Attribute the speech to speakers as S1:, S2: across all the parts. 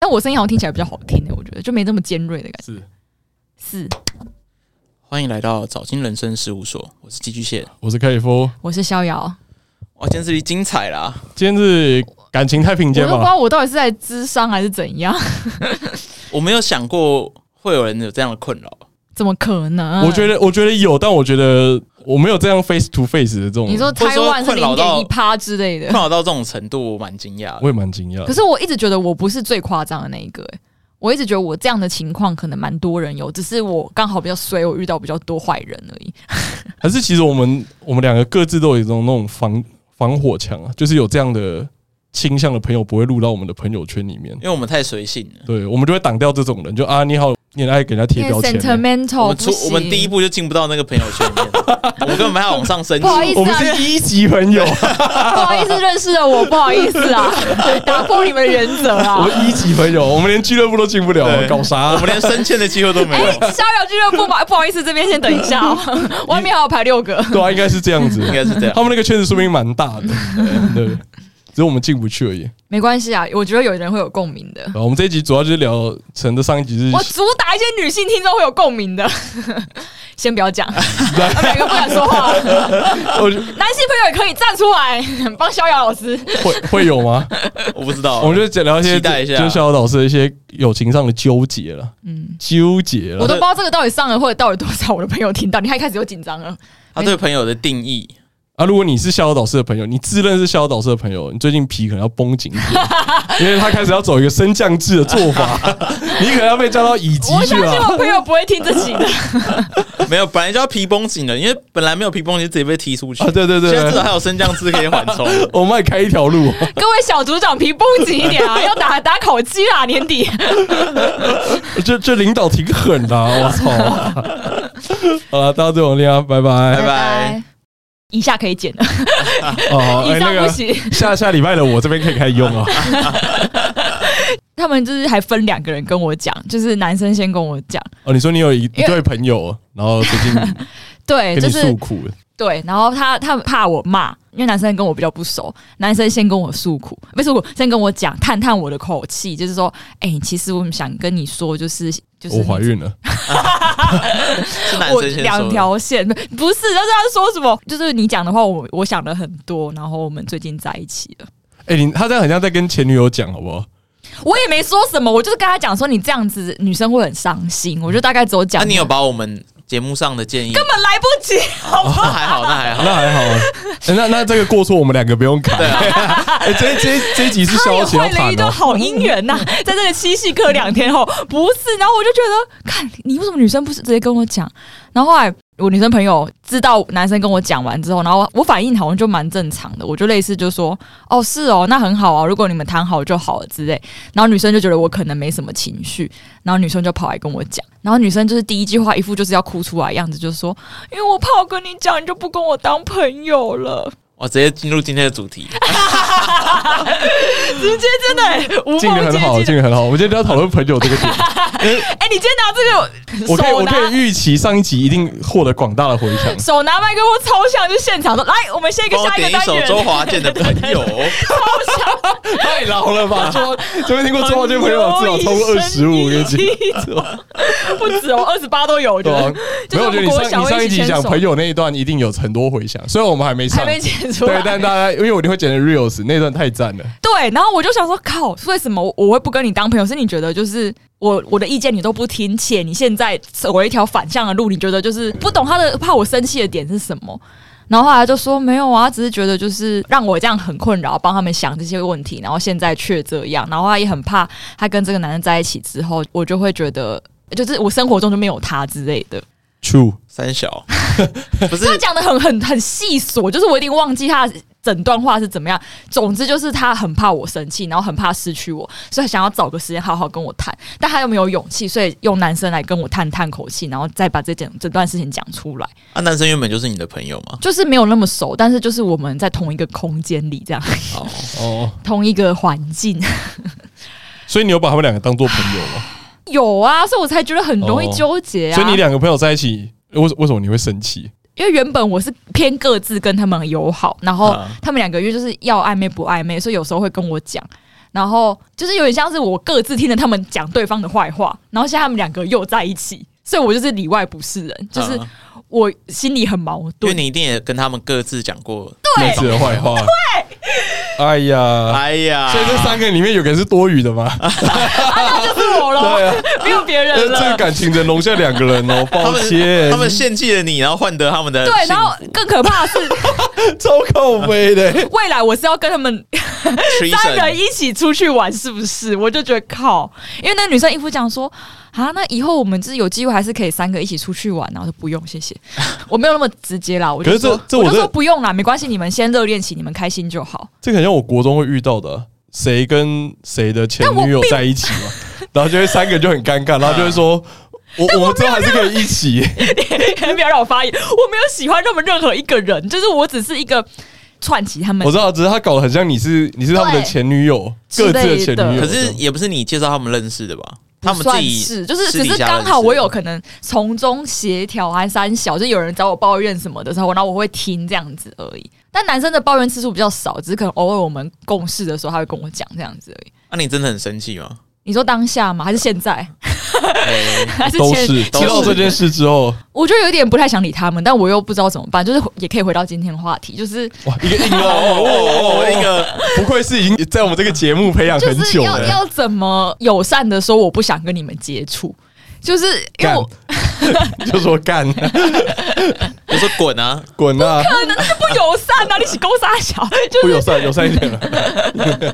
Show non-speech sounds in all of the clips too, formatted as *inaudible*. S1: 但我声音好像听起来比较好听欸的，我觉得就没那么尖锐的感觉。
S2: 是，
S1: 四，
S3: 欢迎来到早金人生事务所，我是寄居蟹。
S2: 我是克里夫。
S1: 我是逍遥，
S3: 哇，今天这集精彩啦！
S2: 今天是感情太平
S1: 我都
S2: 间
S1: 不知
S2: 吧？
S1: 道我到底是在智商还是怎样， *laughs*
S3: 我没有想过会有人有这样的困扰。
S1: 怎么可能？
S2: 我觉得，我觉得有，但我觉得我没有这样 face to face 的这种。
S1: 你说台湾是零
S3: 或者说困扰
S1: 点
S3: 到
S1: 一趴之类的
S3: *laughs* 困，扰到这种程度，我蛮惊讶的。
S2: 我也蛮惊讶
S1: 可。是我一直觉得我不是最夸张的那一个、欸，我一直觉得我这样的情况可能蛮多人有，只是我刚好比较衰，我遇到比较多坏人而已。
S2: 还是其实我们我们两个各自都有一种那种防防火墙啊，就是有这样的倾向的朋友不会录到我们的朋友圈里面
S3: 因。为我们太随性了。
S2: 对，我们就会挡掉这种人，就啊你好，你很爱给人家贴标签欸、
S3: 我
S1: sentimental，
S3: 们出
S1: 哦不行
S3: 我们第一步就进不到那个朋友圈
S1: *laughs*
S3: 里面，我们根本没法往上升级
S1: 不。好意思
S2: 我们
S1: 啊，
S2: 是一级朋友，
S1: 不好意思认识了我，不好意思
S3: *laughs*
S1: 啊，打破你们原则
S2: 我
S1: 啊。
S2: 们一级朋友，我们连俱乐部都进不了，
S3: 对
S2: 搞啥
S3: 我
S2: 啊、
S3: 们连升迁的机会都没
S1: 哎，
S3: 有，
S1: 逍遥俱乐部吧，不好意思，这边先等一下
S3: *laughs*
S1: 哦，外面还有排六个。
S2: 对啊，应该是这样子。
S3: 应该是这样
S2: 他。们那个圈子说明蛮大的，对，只是我们进不去而已。
S1: 没关系啊，我觉得有人会有共鸣的。
S2: 然后我们这一集主要就是聊陈的上一集是
S1: 我主打一些女性听众会有共鸣的， *laughs* 先不要
S2: *laughs*
S1: 讲，
S2: 来
S1: 啊每个不敢说
S2: *laughs*
S1: 话。
S2: 我就
S1: 男性朋友也可以站出来 *laughs* 帮逍遥老师。
S2: 会会有吗？
S3: 我不知道，
S2: 我们就讲聊一些
S3: 期待一下
S2: 就是小老师的一些友情上的纠结了，
S1: 嗯，
S2: 纠结
S1: 我
S2: 了。
S1: 都不知道这个到底上了会到底多少我的朋友听到，你还开始又紧张了。
S3: 他对朋友的定义，
S2: 啊，如果你是逍遥导师的朋友，你自认是逍遥导师的朋友，你最近皮可能要绷紧一点，因为他开始要走一个升降制的做法，你可能要被叫到乙级
S1: 我
S2: 去啊
S1: 相信
S2: 了。
S1: 我朋友不会听这集
S2: *laughs*
S1: 的，
S3: 没有，本来就要皮绷紧了，因为本来没有皮绷紧，直接被踢出去。
S2: 啊，对对对
S3: 现在至
S2: 对，
S3: 少还有升降姿可以缓冲。
S2: 我们也开一条路。
S1: 各位小组长皮绷紧一
S2: *laughs*
S1: 点啊，要打打烤鸡啦，年底。
S2: 这这领导挺狠的、啊，我操、好了，大家对我恋爱，拜拜。
S3: 拜拜。
S1: 以下可以剪的，
S2: *laughs*
S1: *laughs*
S2: 哦，哎
S1: 以
S2: 那
S1: 上不
S2: 个
S1: 行。
S2: 下下礼拜的我这边可以开始用
S1: *laughs*
S2: 啊。
S1: 他们就是还分两个人跟我讲，就是男生先跟我讲，
S2: 哦，你说你有一一
S1: 因为
S2: 对朋友，然后最近
S1: *laughs* 对，
S2: 跟
S1: 就
S2: 你
S1: 是
S2: 诉苦，
S1: 对，然后他他怕我骂，因为男生跟我比较不熟，男生先跟我诉苦，不是我先跟我讲，探探我的口气，就是说，哎、其实我们想跟你说，就是就是
S2: 我怀
S1: 你。
S2: 孕了。
S3: 是男
S1: 我
S3: 生先说的
S1: 两条线不是，就是他说什么，就是你讲的话，我我想了很多，然后我们最近在一起了，
S2: 哎，你他这样很像在跟前女友讲，好
S1: *laughs*
S2: 不好？
S1: 我也没说什么，我就是跟他讲说，你这样子女生会很伤心，我就大概只有讲，
S3: 那、你有把我们节目上的建议？哦
S1: 根本来不及，
S3: 那还好，那还好。
S2: 那还好啊，哎那那这个过错我们两个不用砍。
S3: 对啊，
S2: *laughs* 哎，这这这一集是
S1: 他
S2: 消
S1: 也
S2: 息要
S1: 坏了
S2: 砍
S1: 一段
S2: 哦。
S1: 好姻缘呐、在这个七夕课两天后，不是，然后我就觉得，看你为什么女生不是直接跟我讲？然后后来我女生朋友知道男生跟我讲完之后，然后我反应好像就蛮正常的，我就类似就说，哦是哦，那很好啊，如果你们谈好就好了之类。然后女生就觉得我可能没什么情绪，然后女生就跑来跟我讲，然后女生就是第一句话一副就是要哭出来的样子，就是说，因为我怕我跟你讲，你就不跟我当朋友了，
S3: 我直接进入今天的
S1: *laughs*
S3: 主题。
S1: 哎直接真的、欸、无
S2: 进的
S1: 缝接
S2: 很好，
S1: 接
S2: 进。的很好。我们今天就要讨论朋友这
S1: *laughs*
S2: 个点，
S1: 哎、你今天拿这个
S2: *laughs* 我可以
S1: 手
S2: 我
S1: 拿
S2: 可以预期上一集一定获得广大的回
S1: *laughs*
S2: 响。
S1: 手拿麦克风超像，就现场说来，我们先一个
S3: 帮我
S1: 下一个
S3: 点一
S1: 单
S3: 首
S1: 元。
S3: 周华健的朋
S1: *laughs*
S3: 友，
S2: *laughs* 太老了 *laughs* 吧？周这边听过周华健朋友至少超过二
S1: *laughs*
S2: 十五，我跟你讲。
S1: 不止哦，二十八都有，我觉
S2: *laughs* 对啊
S1: 得，
S2: 没有，我觉
S1: 就
S2: 得
S1: 是我们国小
S2: 你上你
S1: 会
S2: 上
S1: 一
S2: 一
S1: 起
S2: 集
S1: 牵
S2: 讲
S1: 手
S2: 朋友那一段，一定有很多回响。虽然我们还没上
S1: 还，没啊剪出
S2: 对
S1: 来，。
S2: 但大家因为我一定会剪成 reels 那段太赞了。
S1: 对，然后我就想说，靠，为什么我会不跟你当朋友？是你觉得就是我我的意见你都不听，且你现在走了一条反向的路，你觉得就是不懂他的怕我生气的点是什么？然后后来他就说没有啊，只是觉得就是让我这样很困扰，帮他们想这些问题，然后现在却这样，然后他也很怕他跟这个男人在一起之后，我就会觉得就是我生活中就没有他之类的。
S2: True，
S3: 三小 *laughs* 不是
S1: 他讲的很很很细琐，就是我已经忘记他整段话是怎么样。总之就是他很怕我生气，然后很怕失去我，所以想要找个时间好好跟我谈，但他又没有勇气，所以用男生来跟我探探口气，然后再把这件这段事情讲出来。
S3: 啊，男生原本就是你的朋友嘛？
S1: 就是没有那么熟，但是就是我们在同一个空间里，这样
S3: 哦，
S2: 哦，
S1: 同一个环
S2: *laughs*
S1: 境
S2: 所以你有把他们两个当做朋友吗？
S1: 有啊，所以我才觉得很容易
S2: 哦
S1: 纠结啊。
S2: 所以你两个朋友在一起，为为什么你会生气？
S1: 因为原本我是偏各自跟他们友好，然后
S3: 啊
S1: 他们两个月就是要暧昧不暧昧，所以有时候会跟我讲。然后就是有点像是我各自听了他们讲对方的坏话，然后现在他们两个又在一起，所以我就是里外不是人，就是
S3: 嗯
S1: 我心里很矛
S3: 因为
S1: 盾。
S3: 你一定也跟他们各自讲过。
S2: 妹子的坏话。对，哎呀，
S1: 啊
S3: 哎呀，
S2: 所以这三个里面有个人是多余的吗？
S1: 就是我了，
S2: 对啊，
S1: *laughs* 没有别人
S2: 这
S1: 了。
S2: 个感情只容下两个人 *laughs* 哦，
S3: 他
S2: 抱
S3: 们
S2: 歉，
S3: 他们献祭了你，然后换得他们的
S1: 对，
S3: 幸
S1: 然后更可怕的是，
S2: 超靠背的。
S1: 未来我是要跟他们
S3: 福
S1: 三
S3: treason
S1: 人一起出去玩，是不是？我就觉得靠，因为那女生一副讲说啊，那以后我们就是有机会还是可以三个一起出去玩啊，然后说不用，谢
S2: *laughs*
S1: 谢，我没有那么直接啦，我就
S2: 可是这
S1: 说
S2: 这
S1: 我
S2: 我
S1: 就
S2: 真
S1: 说
S2: 的
S1: 不用啦，没关系，你们先热恋期，你们开心就好。 *laughs*
S2: 这个很像我国中会遇到的，谁跟谁的前女友在一起嘛，然后就会三个人就很尴尬，然后就会说。我我们之后还是可以一起，
S1: 不要让我发言，我没有喜欢他们任何一个人，就是我只是一个串起他们
S2: 我知道，只是他搞得很像你是你是他们的
S1: 对
S2: 前女友，
S1: 之
S2: 各
S1: 类
S2: 自的前女友。
S3: 可是也不是你介绍他们认识的吧？他们自
S1: 算
S3: 己
S1: 是，就是
S3: 私
S1: 只
S3: 底
S1: 是
S3: 下
S1: 刚
S3: 认识
S1: 好我
S3: 的
S1: 有可能从中协调还三小，就有人找我抱怨什么的时候，然后我会听这样子而已。但男生的抱怨次数比较少，只是可能偶尔我们共事的时候，他会跟我讲这样子而已。
S3: 那、啊你真的很生气吗？ *laughs*
S1: 你说当下吗？还是现在？ *laughs*
S3: 哎
S1: 还是
S2: 都
S1: 前？
S2: 是
S3: 都
S2: 知道
S3: 是
S2: 这件事之后，
S1: 我就有点不太想理他们，但我又不知道怎么办。就是也可以回到今天的话题，就是
S2: 哇，一个硬哦哦哦哦，一个不愧是已经在我们这个节目培养
S1: 就
S2: 很
S1: 是
S2: 久
S1: 要
S2: 了。
S1: 要怎么友善的说我不想跟你们接触，就是因为
S2: 干
S1: 我，
S2: 就说干
S3: 我说滚啊！
S2: 滚啊！
S1: 可能就不友善啊，你是勾杀
S2: *laughs*
S1: 小，就
S2: 不
S1: 是
S2: 友善，友善一点了。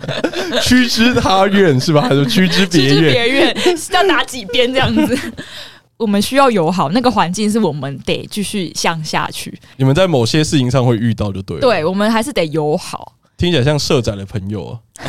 S2: 趋之他怨是吧？还是趋之别
S1: 就是
S2: 怨？
S1: 别院， *laughs* 要打几边这样子。我们需要友好，那个环境是我们得继续向下去。
S2: 你们在某些事情上会遇到，就对了。，
S1: 对，我们还是得友好。
S2: 听起来像社长的朋友
S1: *laughs*
S2: 啊。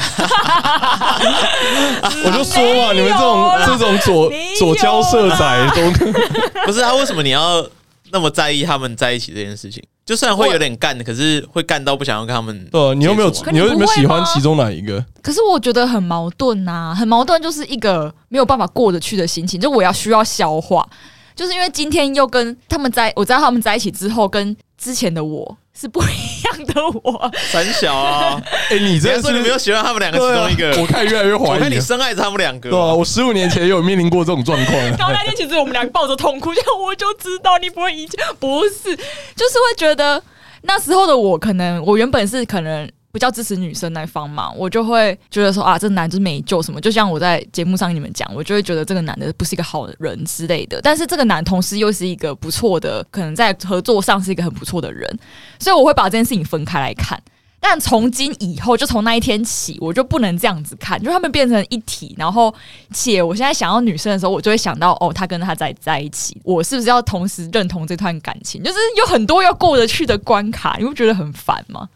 S2: 我就说嘛，
S1: 没有啦
S2: 你们这种这种左
S1: 没有啦
S2: 左交社宅都 *laughs*。
S3: 不是啊，为什么你要那么在意他们在一起这件事情？就算会有点干，可是会干到不想要跟他们
S2: 对啊，你有没有
S3: 接触
S1: 啊
S2: 你有没有喜
S1: 可你不会
S2: 欢
S1: 吗
S2: 其中哪一
S3: *laughs*
S2: 个？
S1: 可是我觉得很矛盾啊呐、很矛盾，就是一个没有办法过得去的心情，就我要需要消化，就是因为今天又跟他们在，我知道他们在一起之后，跟之前的我是不一样的我，
S3: 三小 *laughs* 啊，
S2: 哎，你
S3: 只
S2: 这
S3: 能说你没有喜欢他们两个其中一个
S2: 对啊。我看越来越怀疑了。
S3: 我看你深爱着他们两个
S2: 对。
S3: *laughs*
S2: 啊，我十五年前也有面临过这种状况。啊
S1: 然后那天其实我们两个抱着痛哭，就哦我就知道你不会一见，不是，就是会觉得那时候的我，可能我原本是可能。比较支持女生那一方嘛，我就会觉得说啊，这男就是没救什么。就像我在节目上跟你们讲，我就会觉得这个男的不是一个好人之类的。但是这个男同时又是一个不错的，可能在合作上是一个很不错的人，所以我会把这件事情分开来看。但从今以后，就从那一天起，我就不能这样子看，就他们变成一体。然后且我现在想到女生的时候，我就会想到哦，她跟他在在一起，我是不是要同时认同这段感情？就是有很多要过得去的关卡，你不觉得很烦吗？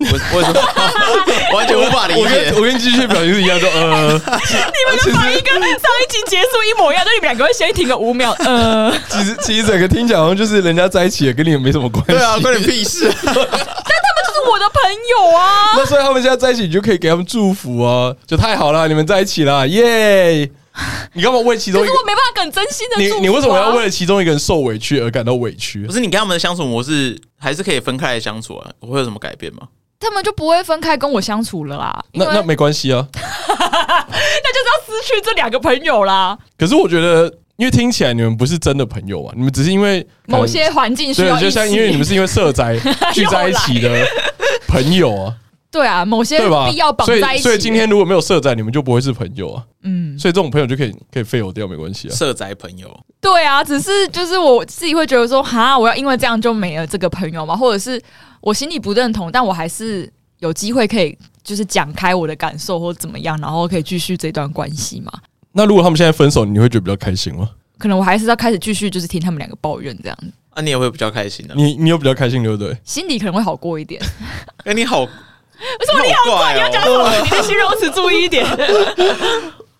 S3: 我我完全无法理
S2: 我
S3: 解
S2: 跟。我跟机械表情是一样的，
S1: *laughs* 你
S2: 呃，
S1: 们的反应跟上一集结束一模一样，就你们两个会先停个五秒， *laughs* 呃，
S2: 其实其实整个听起来好像就是人家在一起也跟你也没什么关系。
S3: *laughs* 对啊，关你屁事！
S1: 就是我的朋友啊。
S2: *laughs* 那所以他们现在在一起，你就可以给他们祝福啊，就太好了，你们在一起啦，耶！ *laughs* 你干嘛为其
S1: 可
S2: 中一
S1: 是
S2: 个
S1: 我？没办法很真心的、
S2: 你你为什么要为？了其中一个人受委屈而感到委屈
S3: *laughs* 不？是你跟他们的相处模式还是可以分开来相处啊？我会有什么改变吗？他
S1: 他们就不会分开跟我相处了啦，因
S2: 那
S1: 为
S2: 那没关系啊。
S1: 那就是要失去这两个朋友啦。
S2: 可是我觉得，因为听起来你们不是真的朋友啊，你们只是因为
S1: 某些环境需
S2: 对
S1: 要，一起，
S2: 就像因为你们是因为社宅
S1: *laughs*
S2: 聚在一起的朋友啊，
S1: 对啊，某些
S2: 对吧
S1: 必要？绑
S2: 所
S1: 在一
S2: 以
S1: 起。
S2: 所以今天如果没有社宅，你们就不会是朋友啊。
S1: 嗯，
S2: 所以这种朋友就可以可以废油掉，没关系啊。
S3: 社宅朋友，
S1: 对啊，只是就是我自己会觉得说，哈，我要因为这样就没了这个朋友嘛，或者是我心里不认同，但我还是有机会可以就是讲开我的感受或怎么样，然后可以继续这段关系嘛。
S2: 那如果他们现在分手，你会觉得比较开心吗？
S1: 可能我还是要开始继续就是听他们两个抱怨这样，
S3: 啊，你也会比较开心的、啊。
S2: 你你有比较开心，对不对？
S1: 心里可能会好过一点。
S3: 哎、你好，
S1: 为什么你
S3: 好怪
S1: 要讲
S3: 哦！
S1: 什么？你的形容词注意一点。 *laughs*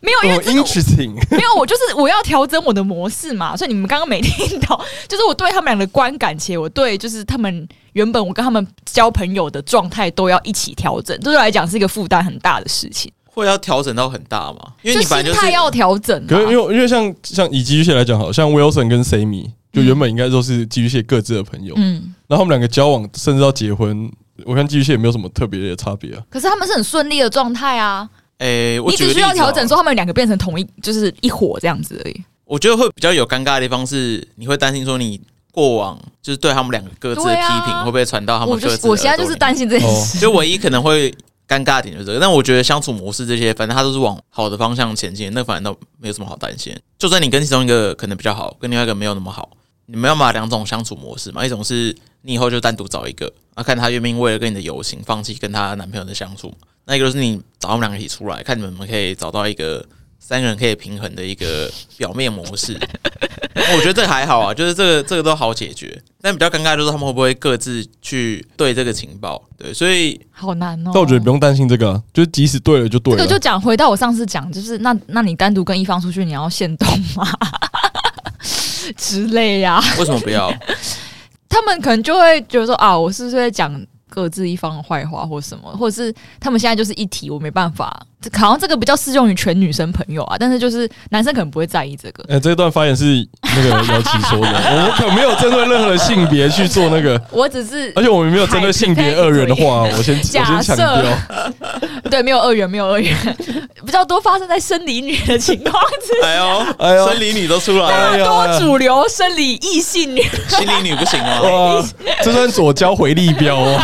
S1: 没有，因为
S2: 哦
S1: 这个
S2: ，interesting。
S1: *laughs* 没有，我就是我要调整我的模式嘛，所以你们刚刚没听到， *laughs* 就是我对他们俩的观感，且我对就是他们原本我跟他们交朋友的状态都要一起调整，对我来讲是一个负担很大的事情，
S3: 会要调整到很大嘛？因为
S1: 就
S3: 你本来
S1: 心
S3: 就是
S1: 态要调整、
S2: 可是因为
S1: 啊。
S2: 因为像像以寄居蟹来讲，好像 Wilson 跟 Sammy 就原本应该都是寄居蟹各自的朋友，
S1: 嗯，
S2: 然后他们两个交往甚至到结婚，我看寄居蟹也没有什么特别的差别啊。
S1: 可是他们是很顺利的状态啊，
S3: 诶，我
S1: 你
S3: 举个
S1: 只需
S3: 例
S1: 要
S3: 子哦
S1: 调整说他们两个变成同一，就是一伙这样子而已。
S3: 我觉得会比较有尴尬的地方是，你会担心说你过往就是对他们两个各自的批
S1: 对啊
S3: 评会不会传到他们
S1: 我
S3: 各自
S1: 就
S3: 的
S1: 是我现在就是
S3: 担
S1: 担心这件事， *laughs*
S3: 就唯一可能会尴尬点就是这个，但我觉得相处模式这些，反正他都是往好的方向前进，那反正都没有什么好担心。就算你跟其中一个可能比较好，跟另外一个没有那么好，你们要嘛两种相处模式嘛，一种是你以后就单独找一个，啊，看他愿不愿意为了跟你的友情放弃跟她男朋友的相处，那一个就是你找他们两个一起出来，看你们可以找到一个三个人可以平衡的一个表面模式。我觉得这个还好啊，就是这个这个都好解决，但比较尴尬就是他们会不会各自去对这个情报？对，所以
S1: 好难哦。
S2: 但我觉得不用担心这个啊，就是即使对了就对
S1: 这
S2: 了
S1: 个。就讲回到我上次讲，就是那那你单独跟一方出去，你要限动吗？ *laughs* 之类啊呀、
S3: 为什么不要？
S1: 他们可能就会觉得说啊，我是不是在讲各自一方的坏话或什么，或者是他们现在就是一体，我没办法。这好像这个比较适用于全女生朋友啊，但是就是男生可能不会在意这个。 *laughs*
S2: 呃，这段发言是那个姚琦说的，我们可没有针对任何的性别去做那个，
S1: 我只是
S2: 而且我们没有针对性别二元的话，我先我先
S1: 假设
S2: 强调，
S1: 对没有二元，没有二元，比较多发生在生理女的情况之下，
S3: *laughs* 哎呦，
S2: 哎呦
S3: 生理女都出来了，
S2: 哎呀，
S1: 多主流生理异性女。
S3: 心理女不行哦。
S2: 哇，这算左交回力标哦。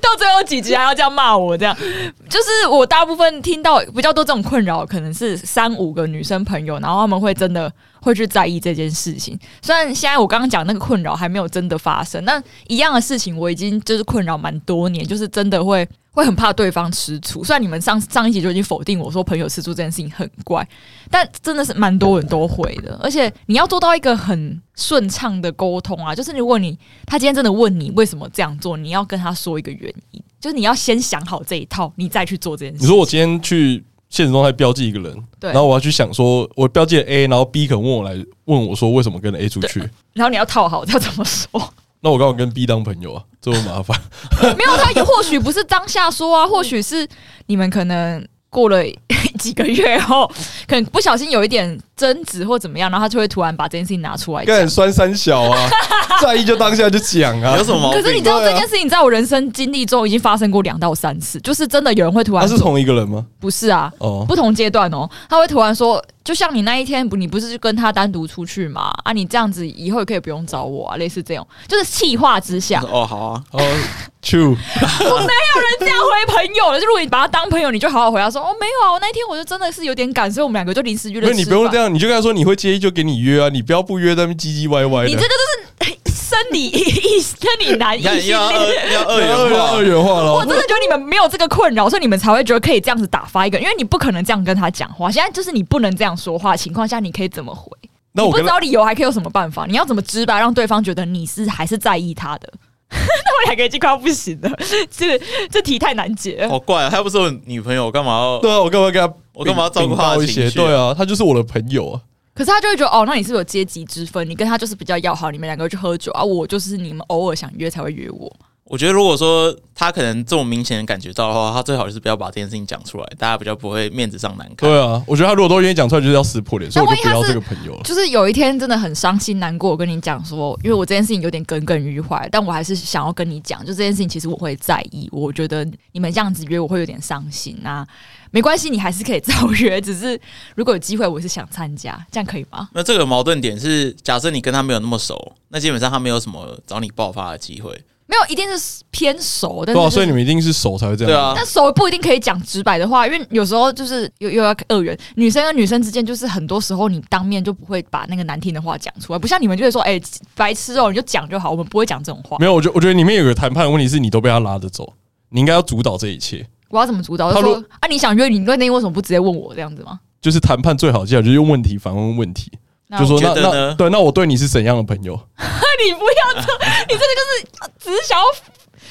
S1: 到最后几集还要这样骂我，这样就是我大部分听到比较多这种困扰，可能是三五个女生朋友，然后他们会真的会去在意这件事情。虽然现在我刚刚讲那个困扰还没有真的发生，但一样的事情我已经就是困扰蛮多年，就是真的会会很怕对方吃醋。虽然你们上上一集就已经否定我说朋友吃醋这件事情很怪，但真的是蛮多人都会的。而且你要做到一个很顺畅的沟通啊，就是如果你他今天真的问你为什么这样做，你要跟他说一个原因，就是你要先想好这一套，你再去做这件事。
S2: 你说我今天去现实中态标记一个人，
S1: 对
S2: 然后我要去想说，我标记了 A，然后 B 可能问我来问我说为什么跟 A 出去，
S1: 然后你要套好， *laughs* 要怎么说？
S2: 那我刚好跟 B 当朋友啊，这么
S1: *laughs*
S2: 麻烦。
S1: 没有，他也或许不是当下说啊，或许是你们可能过了 *laughs* 几个月后，可能不小心有一点争执或怎么样，然后他就会突然把这件事情拿出来讲
S2: 干。酸三小
S1: *laughs*
S2: 啊，在意就当下就讲啊
S3: 有。什么毛
S1: 可是你
S3: 病
S1: 知？道这件事情在我人生经历中已经发生过两到三次，就是真的有人会突
S2: 他
S1: 然
S2: 是同一个人吗？
S1: 不是啊，
S2: 哦，
S1: 不同阶段哦，他会突然说，就像你那一天，不你不是就跟他单独出去嘛？啊，你这样子以后也可以不用找我啊，类似这种，就是气话之下，
S3: 哦，好啊，
S2: 哦，True，
S1: *laughs* 这样回朋友了。就如果你把他当朋友，你就好好回答说，哦，没有啊，我那一天我就真的是有点赶，所以我们两个就临时约
S2: 不
S1: 了
S2: 是
S1: 吃
S2: 你
S1: 饭。
S2: 不用这样，你就跟他说你会介意就给你约啊，你不要不约在那边唧唧歪歪
S1: 你这
S2: 的
S1: 个。就是生理异生理男
S3: 哎你
S1: 异
S3: 看又
S1: 性
S3: 要
S1: 恋。
S3: 二又要二
S2: 二元二
S3: 元化，
S2: 元化
S1: 我
S2: 了，
S1: 真的觉得你们没有这个困扰，所以你们才会觉得可以这样子打发一个，因为你不可能这样跟他讲话。现在就是你不能这样说话的情况下，你可以怎么回？
S2: 那我
S1: 不
S2: 跟
S1: 知
S2: 他
S1: 道理由还可以有什么办法？你要怎么直白让对方觉得你是还是在意他的？那我两个已经快要不行了， *laughs* 这这题太难解了。
S3: 好怪啊！她又不是我女朋友，我干嘛要？
S2: 对啊，我干嘛跟他
S3: 我干嘛要照顾他
S2: 禀
S3: 的
S2: 报一
S3: 情
S2: 些？
S3: 绪
S2: 对啊，他就是我的朋友啊。
S1: 可是他就会觉得，哦，那你是不是有阶级之分，你跟他就是比较要好，你们两个去喝酒啊，我就是你们偶尔想约才会约我。
S3: 我觉得如果说她可能这么明显的感觉到的话，她最好就是不要把这件事情讲出来，大家比较不会面子上难看。
S2: 对啊，我觉得他如果都愿意讲出来，就是要撕破脸，所以我
S1: 那万一
S2: 就不
S1: 他
S2: 要
S1: 是
S2: 这个朋友了。
S1: 就是有一天真的很伤心难过，我跟你讲说，因为我这件事情有点耿耿于怀，但我还是想要跟你讲，就这件事情其实我会在意，我觉得你们这样子约我会有点伤心啊。没关系，你还是可以照约，只是如果有机会，我是想参加，这样可以吗？
S3: 那这个矛盾点是，假设你跟他没有那么熟，那基本上他没有什么找你爆发的机会。
S1: 没有，一定是偏熟，但
S2: 对
S1: 是、
S2: 啊，所以你们一定是熟才会这样。
S3: 对啊，
S1: 但熟不一定可以讲直白的话，因为有时候就是又又要二元，女生跟女生之间就是很多时候你当面就不会把那个难听的话讲出来，不像你们就会说，哎、白痴哦、你就讲就好，我们不会讲这种话。
S2: 没有，我觉我觉得里面有个谈判的问题是你都被他拉着走，你应该要主导这一切。
S1: 我要怎么主导？
S2: 他
S1: 就
S2: 如
S1: 说啊，你想约你那天为什么不直接问我这样子吗？
S2: 就是谈判最好的技巧就是用问题反问问题，
S1: 那
S2: 就说
S1: 我
S2: 那
S3: 觉得
S2: 那
S3: 呢
S2: 对，那我对你是怎样的朋友？
S1: 那你不要这， *laughs* 你这个就是只是想要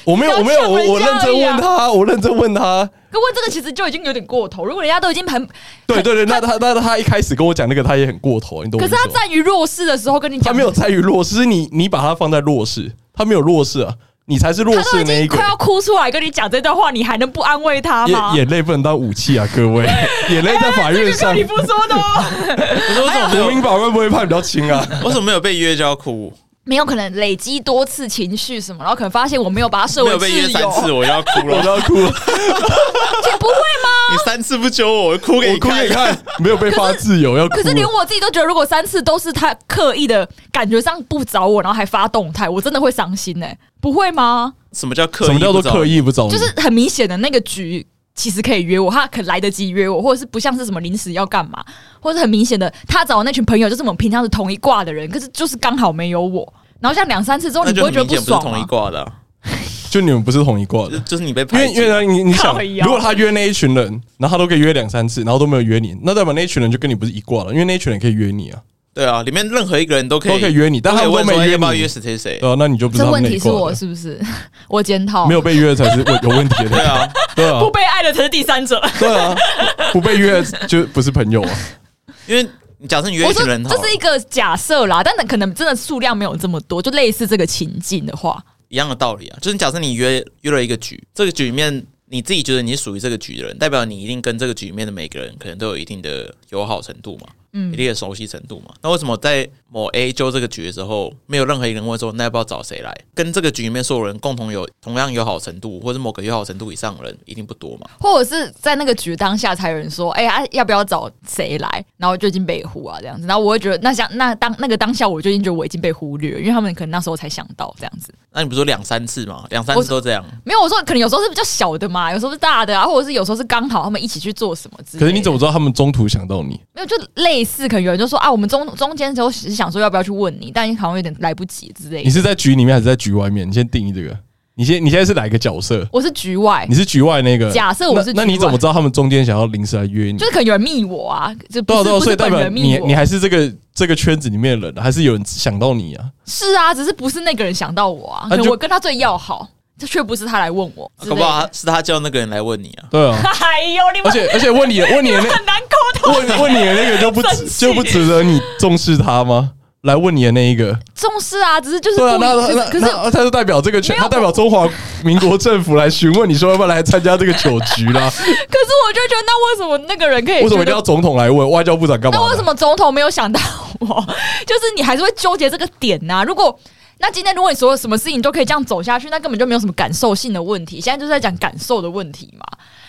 S2: 我没有，
S1: 不要
S2: 我没有，
S1: 呛
S2: 我我
S1: 人家
S2: 认真
S1: 而已啊
S2: 问他，我认真问他。
S1: 跟问这个，其实就已经有点过头。如果人家都已经很，
S2: 对对对，那他那他一开始跟我讲那个，他也很过头，你懂
S1: 可
S2: 我意
S1: 是
S2: 思
S1: 他
S2: 吗？
S1: 站于弱势的时候跟你讲，
S2: 他没有在于弱势，是你你把他放在弱势，他没有弱势啊，你才是弱
S1: 他都
S2: 势
S1: 已
S2: 的那
S1: 经
S2: 一个
S1: 快。要哭出来跟你讲这段话，你还能不安慰他吗
S2: 眼？眼泪不能当武器啊，各
S1: *laughs*
S2: 位，眼泪在法院上
S1: 你，不说的哦。
S3: 可是为什么没
S2: 国
S3: 有？
S2: 民法官不会判比较轻啊。
S3: 为什么没有被约就要哭？
S1: 没有可能累积多次情绪什么，然后可能发现我没有把他设
S3: 没
S1: 为
S3: 有被约
S1: 挚
S3: 三
S1: 友，
S3: 次我就要哭
S2: 我
S3: 了。
S2: 都要哭了，
S1: 这不会吗？
S3: 次不揪我，我哭给
S2: 我
S3: 你
S2: 哭
S3: 看
S2: 给你。看，没有被发自由要哭
S1: 可是连
S2: 了。
S1: 我自己都觉得，如果三次都是他刻意的感觉上不找我，然后还发动态，我真的会伤心哎、不会吗？
S3: 什么叫刻意？
S2: 什么叫做刻
S3: 意？
S2: 意不找你？
S1: 就是很明显的那个局，其实可以约我，他可来得及约我，或者是不像是什么临时要干嘛，或者很明显的他找的那群朋友就是我们平常是同一挂的人，可是就是刚好没有我。然后像两三次之后，
S3: 那
S1: 你
S3: 就
S1: 不会
S3: 很
S1: 觉得
S3: 明显不是
S1: 爽
S3: 同一
S1: 吗？
S3: 挂的啊、
S2: 就你们不是同一挂
S3: 就
S2: 的。
S3: 就是你被
S2: 因
S3: 排
S2: 为
S3: 挤
S2: 啊因。为你你想
S1: 靠，腰
S2: 如果他约那一群人，然后他都可以约两三次，然后都没有约你，那代表那一群人就跟你不是一挂了，因为那一群人可以约你啊，
S3: 对啊，里面任何一个人都可以
S2: 都可以约你，但他
S3: 都可以
S2: 们都
S3: 问说
S2: 没
S3: 哎
S2: 约
S3: 要不要约
S2: 你，
S3: 谁谁谁。
S2: 对啊，那你就不是
S1: 这
S2: 他们
S1: 问
S2: 那
S1: 题
S2: 一
S1: 是
S2: 挂
S1: 我
S2: 的。
S1: 是不是？我检讨
S2: 没
S3: 啊
S2: 有被约才是有有问题
S3: 对
S2: 的，
S3: 啊，
S2: 对啊
S1: 不，被爱的才是第三者。
S2: 对啊，不被约就不是朋友啊。
S3: 因为你假设你约
S1: 我
S3: 一
S1: 说
S3: 群人好了，
S1: 这是一个假设啦，但可能真的数量没有这么多，就类似这个情境的话，
S3: 一样的道理啊，就是假设你约约了一个局，这个局里面你自己觉得你是属于这个局的人，代表你一定跟这个局里面的每个人可能都有一定的友好程度嘛，嗯，一定的熟悉程度嘛。那为什么在某 A 揪这个局的时候，没有任何一个人问说那要不要找谁来？跟这个局里面所有人共同有同样友好程度，或者某个友好程度以上的人，一定不多嘛？
S1: 或者是在那个局当下才有人说，哎、呀、啊要不要找谁来？然后就已经被呼啊这样子，然后我会觉得那像那当那个当下，我就已经觉得我已经被忽略，因为他们可能那时候才想到这样子。
S3: 那你不是说两三次嘛，两三
S1: 我
S3: 次都这样，
S1: 没有，我说可能有时候是比较小的嘛，有时候是大的啊，或者是有时候是刚好他们一起去做什么之类的。
S2: 可是你怎么知道他们中途想到你？
S1: 没有，就类似，可能有人就说啊，我们中中间的时候只是想说要不要去问你，但好像有点来不及之类
S2: 你
S1: 的。
S2: 是在局里面还是在局外面？你先定义这个。你现你现在是哪一个角色？
S1: 我是局外
S2: 你，是局外那个？
S1: 假设我是
S2: 那，那
S1: 局
S2: 你怎么
S1: 外
S2: 知道他们中间想要临时来约你
S1: 就？是可能有人密我啊，就不
S2: 对啊
S1: 是
S2: 对啊，
S1: 不
S2: 所以
S1: 是
S2: 代
S1: 本
S2: 表
S1: 人密
S2: 你
S1: 我，
S2: 你还是这个这个圈子里面的人，还是有人想到你啊？
S1: 是啊，只是不是那个人想到我啊，可
S2: 那就啊
S1: 能我跟他最要好，这却不是他来问我，之
S3: 啊搞
S1: 类
S3: 不
S1: 的
S3: 好是他叫那个人来问你啊。
S2: 对啊，
S1: *laughs* 哎呦，你
S2: 而
S1: 们
S2: 且而且问你的问你的那
S1: 很难沟通。 *laughs*
S2: 问问你的那个就不值
S1: 生气
S2: 就不值得你重视他吗？来问你的那一个，
S1: 重视啊，只是就是
S2: 对啊，
S1: 不
S2: 那
S1: 可
S2: 那
S1: 是可是
S2: 那他就代表这个圈，
S1: 没有
S2: 他代表中华民国政府来询问你说要不要来参加这个酒局
S1: *laughs*
S2: 啦？
S1: 可是我就觉得，那为什么那个人可以
S2: 为
S1: 觉
S2: 什么一定
S1: 得
S2: 要总统来问？外交部长干嘛
S1: 那
S2: 的？
S1: 为什么总统没有想到我？ *laughs* 就是你还是会纠结这个点呐、如果那今天如果你所有什么事情都可以这样走下去，那根本就没有什么感受性的问题。现在就是在讲感受的问题嘛。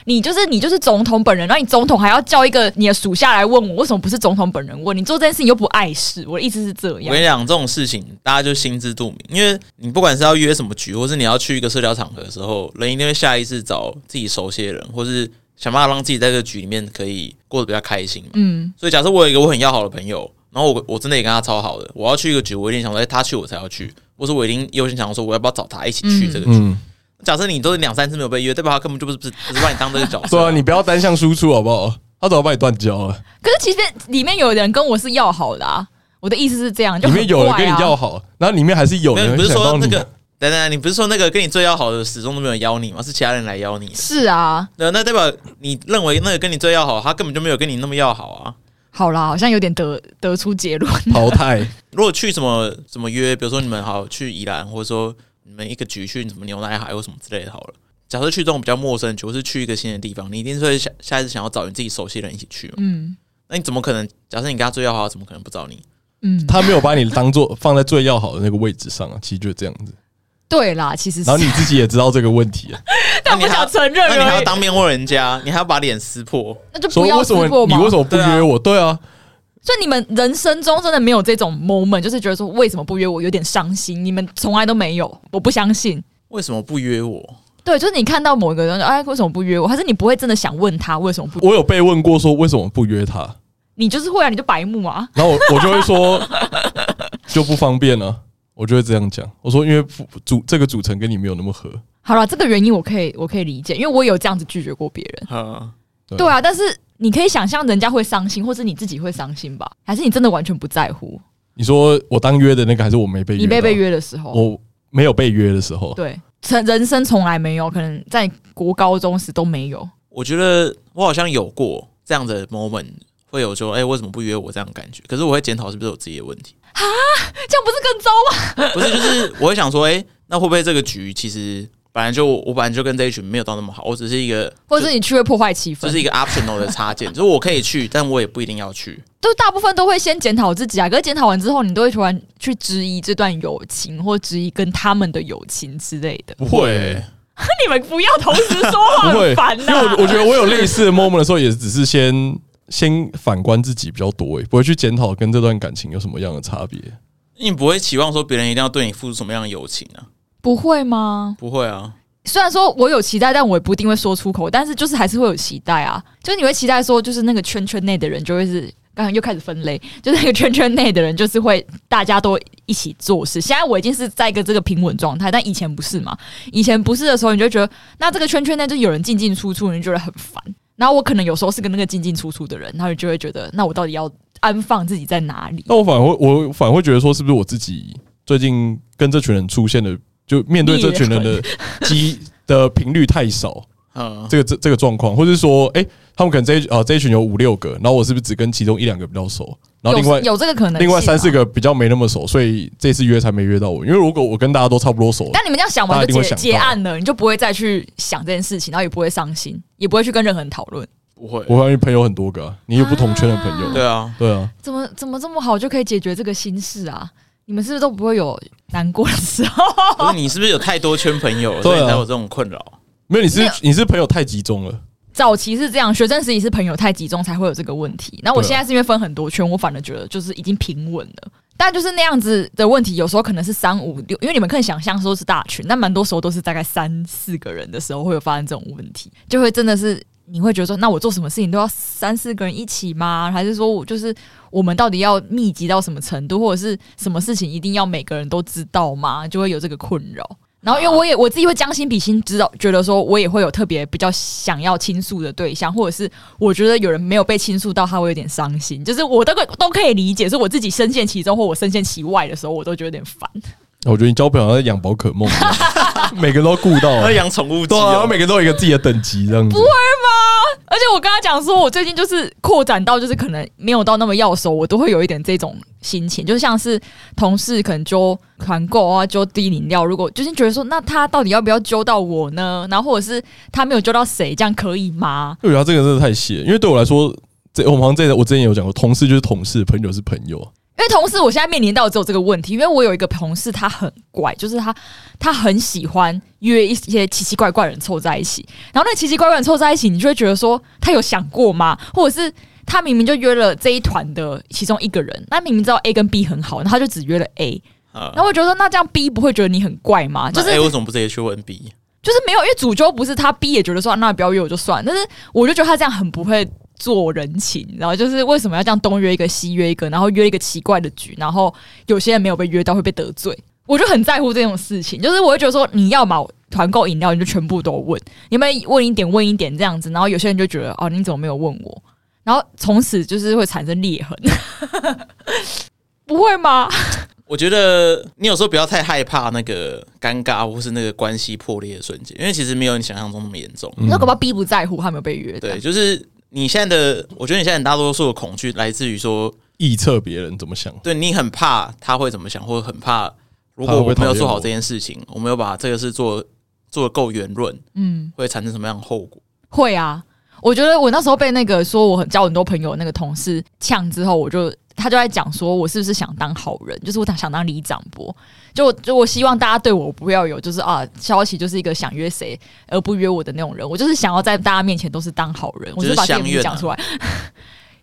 S1: 你就是你就是总统本人，那你总统还要叫一个你的属下来问我，为什么不是总统本人问你做这件事情又不碍事？我的意思是这
S3: 我
S1: 样
S3: 跟。你讲，这种事情大家就心知肚明，因为你不管是要约什么局，或是你要去一个社交场合的时候，人一定会下意识找自己熟悉的人，或是想办法让自己在这个局里面可以过得比较开心嘛。
S1: 嗯，
S3: 所以，假设我有一个我很要好的朋友，然后我我真的也跟他超好的，我要去一个局，我一定想说，哎、他去我才要去，或是我一定优先想说，我要不要找他一起去这个局？
S2: 嗯，
S3: 假设你都是两三次没有被约，代表他根本就不是不是不是把你当这个角色、
S2: *laughs* 对啊，你不要单向输出好不好？他早把你断交了，
S1: 可是其实里面有人跟我是要好的啊。我的意思是这样，就
S2: 里
S1: 很
S2: 面有人
S1: 怪
S2: 跟你
S1: 啊
S2: 要好，然后里面还是有
S3: 没有，
S2: 人
S3: 你不是
S2: 想到
S3: 说那
S2: 你。
S3: 个。等等，你不是说那个跟你最要好的始终都没有邀你吗？是其他人来邀你的
S1: 是啊，
S3: 那那代表你认为那个跟你最要好，他根本就没有跟你那么要好啊。
S1: 好啦，好像有点得得出结论。
S2: 淘汰，
S3: 如果去什么什么约，比如说你们好去宜兰，或者说你们一个局去什么牛奶海或什么之类的，好了。假设去这种比较陌生的局，或是去一个新的地方，你一定是会下下一次想要找你自己熟悉的人一起去嘛。
S1: 嗯
S3: 那你怎么可能？假设你跟他最要好，怎么可能不找你？
S1: 嗯，
S2: 他没有把你当做放在最要好的那个位置上啊，其实就这样子。
S1: 对啦，其实是
S2: 然后你自己也知道这个问题啊，
S1: *laughs* 但
S3: 那你
S1: 不
S3: 还要
S1: 想承认
S3: 那你还
S1: 而
S3: 要
S1: 已。
S3: 当面问人家，你还要把脸撕破。
S1: 那就
S2: 说
S1: 不要
S2: 为
S1: 试
S2: 什么
S1: 过
S2: 你
S1: 嘛。
S2: 为什么不约我？对啊，
S1: 所以你们人生中真的没有这种 moment，就是觉得说为什么不约我，有点伤心。你们从来都没有，我不相信。
S3: 为什么不约我？
S1: 对，就是你看到某一个人，哎，为什么不约我？还是你不会真的想问他为什么不？
S2: 我有被问过说为什么不约他，
S1: 你就是会啊，你就白目啊。
S2: 然后我我就会说 *laughs* 就不方便了、我就会这样讲，我说因为不组这个组成跟你没有那么合，
S1: 好了，这个原因我可以，我可以理解，因为我有这样子拒绝过别人。
S3: 嗯，
S2: 对
S1: 对啊，但是你可以想象人家会伤心，或是你自己会伤心吧？还是你真的完全不在乎？
S2: 你说我当约的那个还是我没被约？
S1: 你被被，约的时候，
S2: 我没有被约的时候，
S1: 对，成人生从来没有，可能在国高中时都没有。
S3: 我觉得我好像有过这样的 moment，会有说，哎、为什么不约我这样的感觉？可是我会检讨是不是我自己的问题。
S1: 这样不是更糟吗？
S3: 不是，就是我会想说，哎、那会不会这个局其实本来就我本来就跟这一群没有到那么好，我只是一个，
S1: 或者是你去会破坏气氛，
S3: 就是一个 optional 的插件，就是 *laughs* 我可以去，但我也不一定要去。
S1: 就大部分都会先检讨自己啊，可是检讨完之后，你都会突然去质疑这段友情，或质疑跟他们的友情之类的。
S2: 不会、欸
S1: 你们不要同时说话，
S2: 不会，
S1: 很烦啊
S2: 因为
S1: 呐、
S2: 我我觉得我有类似的 moment 的时候，也只是先 *laughs* 先反观自己比较多、欸，不会去检讨跟这段感情有什么样的差别。
S3: 你不会期望说别人一定要对你付出什么样的友情啊？
S1: 不会吗？
S3: 不会啊，
S1: 虽然说我有期待，但我也不一定会说出口，但是就是还是会有期待啊。就是你会期待说，就是那个圈圈内的人就会是，刚刚又开始分类， *laughs* 就是那个圈圈内的人就是会大家都一起做事。现在我已经是在一个这个平稳状态，但以前不是嘛？以前不是的时候，你就会觉得那这个圈圈内就有人进进出出，你就觉得很烦。然后我可能有时候是跟那个进进出出的人，然后你就会觉得，那我到底要安放自己在哪里？
S2: 那我反而会，我反而会觉得说，是不是我自己最近跟这群人出现的，就面对这群人的机的频率太少，
S3: 嗯，
S2: 这个这这个状况，或是说，哎、他们可能这一啊、这一群有五六个，然后我是不是只跟其中一两个比较熟，然后另外
S1: 有有这个可能、啊
S2: 另外三四。个比较没那么熟，所以这次约才没约到我。因为如果我跟大家都差不多熟，
S1: 但你们这样想
S2: 大家
S1: 完
S2: 一
S1: 就
S2: 定会
S1: 结
S2: 想
S1: 结
S2: 到
S1: 案了，你就不会再去想这件事情，然后也不会伤心，也不会去跟任何人讨论。
S3: 不会，
S2: 我发现朋友很多个啊、你有不同圈的朋友，
S1: 啊
S3: 对啊，
S2: 对啊，
S1: 怎么怎么这么好就可以解决这个心事啊？你们是不是都不会有难过的时候？
S3: 不是你是不是有太多圈朋友了，
S2: 对啊
S3: 所以你才有这种困扰？
S2: 没有你是
S1: 没有
S2: 你是朋友太集中了，
S1: 早期是这样，学生时期是朋友太集中才会有这个问题。那我
S2: 对啊
S1: 现在是因为分很多圈，我反而觉得就是已经平稳了。但就是那样子的问题，有时候可能是三五六，因为你们可以想象说是大群，但蛮多时候都是大概三四个人的时候会有发生这种问题，就会真的是你会觉得说，那我做什么事情都要三四个人一起吗？还是说我就是我们到底要密集到什么程度，或者是什么事情一定要每个人都知道吗？就会有这个困扰。然后，因为我也我自己会将心比心，知道觉得说我也会有特别比较想要倾诉的对象，或者是我觉得有人没有被倾诉到，他会有点伤心，就是我都可都可以理解，是我自己深陷其中或我深陷其外的时候，我都觉得有点烦。
S2: 我觉得你交朋友在养宝可梦，
S1: *laughs*
S2: 每个人都顾到、啊
S3: 要。养宠物鸡
S2: 对啊，然后
S3: 哦，
S2: 每个人都有一个自己的等级这样子。
S1: 啊而且我跟他讲说，我最近就是扩展到，就是可能没有到那么要熟，我都会有一点这种心情，就像是同事可能揪团购啊，揪低饮料，如果就是觉得说，那他到底要不要揪到我呢？然后或者是他没有揪到谁，这样可以吗？
S2: 我觉得他这个真的太细了，因为对我来说，这我们好像这我之前有讲过，同事就是同事，朋友是朋友。
S1: 因为同事，我现在面临到只有这个问题，因为我有一个同事，他很怪，就是他他很喜欢约一些奇奇怪怪的人凑在一起，然后那奇奇怪怪的人凑在一起，你就会觉得说他有想过吗？或者是他明明就约了这一团的其中一个人，那明明知道 A 跟 B 很好，然后他就只约了 A，
S3: 啊
S1: 然后我觉得说那这样 B 不会觉得你很怪吗？就
S3: 那
S1: 是
S3: 哎，为什么不直接去问 B？
S1: 就是没有，因为主揪不是他逼，也觉得说啊那不要约我就算，但是我就觉得他这样很不会做人情，然后就是为什么要这样东约一个西约一个，然后约一个奇怪的局，然后有些人没有被约到会被得罪，我就很在乎这种事情，就是我会觉得说你要嘛团购饮料你就全部都问，你们问一点问一点这样子，然后有些人就觉得哦你怎么没有问我，然后从此就是会产生裂痕，不会吗？
S3: 我觉得你有时候不要太害怕那个尴尬或是那个关系破裂的瞬间，因为其实没有你想象中那么严重。
S2: 嗯
S1: 那搞不好逼不在乎他没有被约，
S3: 对，，就是你现在的，我觉得你现在很大多数的恐惧来自于说，
S2: 臆测别人怎么想，
S3: 对你很怕他会怎么想，或者很怕如果
S2: 他会不会
S3: 我没
S2: 讨
S3: 有
S2: 厌
S3: 做好
S2: 我
S3: 这件事情，我没有把这个事做做的够圆润，
S1: 嗯。
S3: 会产生什么样的后果？
S1: 会啊，我觉得我那时候被那个说我很交很多朋友的那个同事呛之后，我就他就在讲说我是不是想当好人，就是我想当李长博，就就我希望大家对我不要有就是啊消息就是一个想约谁而不约我的那种人，我就是想要在大家面前都是当好人，我
S3: 就是
S1: 把这个
S3: 相
S1: 名
S3: 怨
S1: 字
S3: 啊
S1: 讲出来。 *laughs*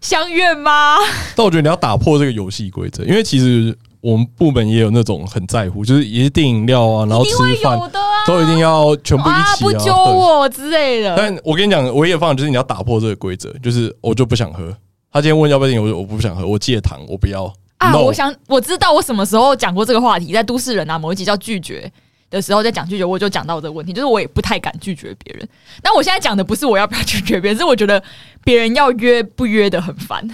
S1: 相怨吗？
S2: 但我觉得你要打破这个游戏规则，因为其实我们部门也有那种很在乎，就是一定饮料啊，然后
S1: 一
S2: 吃
S1: 定会
S2: 饭
S1: 有的啊，
S2: 都一定要全部一起
S1: 不
S2: 啊。
S1: 揪
S2: 对
S1: 我之类的。
S2: 但我跟你讲，我也放就是你要打破这个规则，就是我就不想喝。他今天问要不要点，我就我不想喝，我戒糖，我不要。
S1: 啊，
S2: No
S1: 我想我知道我什么时候讲过这个话题，在都市人啊某一集叫拒绝的时候，在讲拒绝，我就讲到这个问题，就是我也不太敢拒绝别人。但我现在讲的不是我要不要拒绝别人，是我觉得别人要约不约的很烦。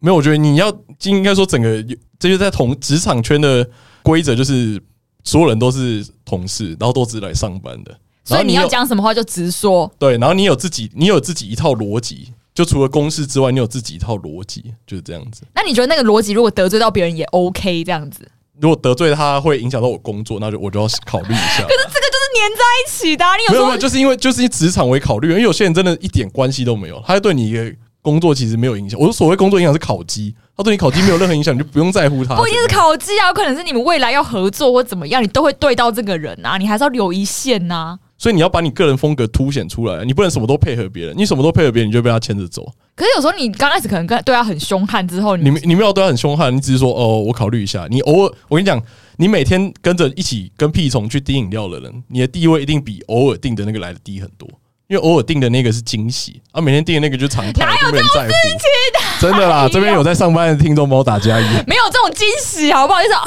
S2: 没有，我觉得你要应该说整个，这就是在同职场圈的规则，就是所有人都是同事，然后都是来上班的。然
S1: 所
S2: 后
S1: 以你
S2: 有
S1: 要讲什么话就直说，
S2: 对，然后你有自己，你有自己一套逻辑，就除了公式之外，你有自己一套逻辑，就是这样子。
S1: 那你觉得那个逻辑如果得罪到别人也 OK 这样子，是
S2: 如果得罪他会影响到我工作，那就我就要考虑一下。
S1: 粘在一起的啊、你有
S2: 没
S1: 时
S2: 有
S1: 候
S2: 没有，就是因为就是以职场为考虑，因为有些人真的一点关系都没有，他对你的工作其实没有影响。我说所谓工作影响是烤鸡，他对你烤鸡没有任何影响，你就不用在乎他。
S1: 不一定是烤鸡啊，有可能是你们未来要合作或怎么样，你都会对到这个人啊，你还是要留一线呐、
S2: 所以你要把你个人风格凸显出来，你不能什么都配合别人，你什么都配合别人，你就被他牵着走。
S1: 可是有时候你刚开始可能跟对他啊很凶悍，之后
S2: 你没你没有对他很凶悍，你只是说哦，我考虑一下。你偶尔，我跟你讲，你每天跟着一起跟屁虫去订饮料的人，你的地位一定比偶尔订的那个来的低很多。因为偶尔订的那个是惊喜，啊，每天订的那个就常态，
S1: 哪有
S2: 就没人在乎。真的啦，这边有在上班的听众帮我打加一。
S1: 没有这种惊喜，好不好？就是啊，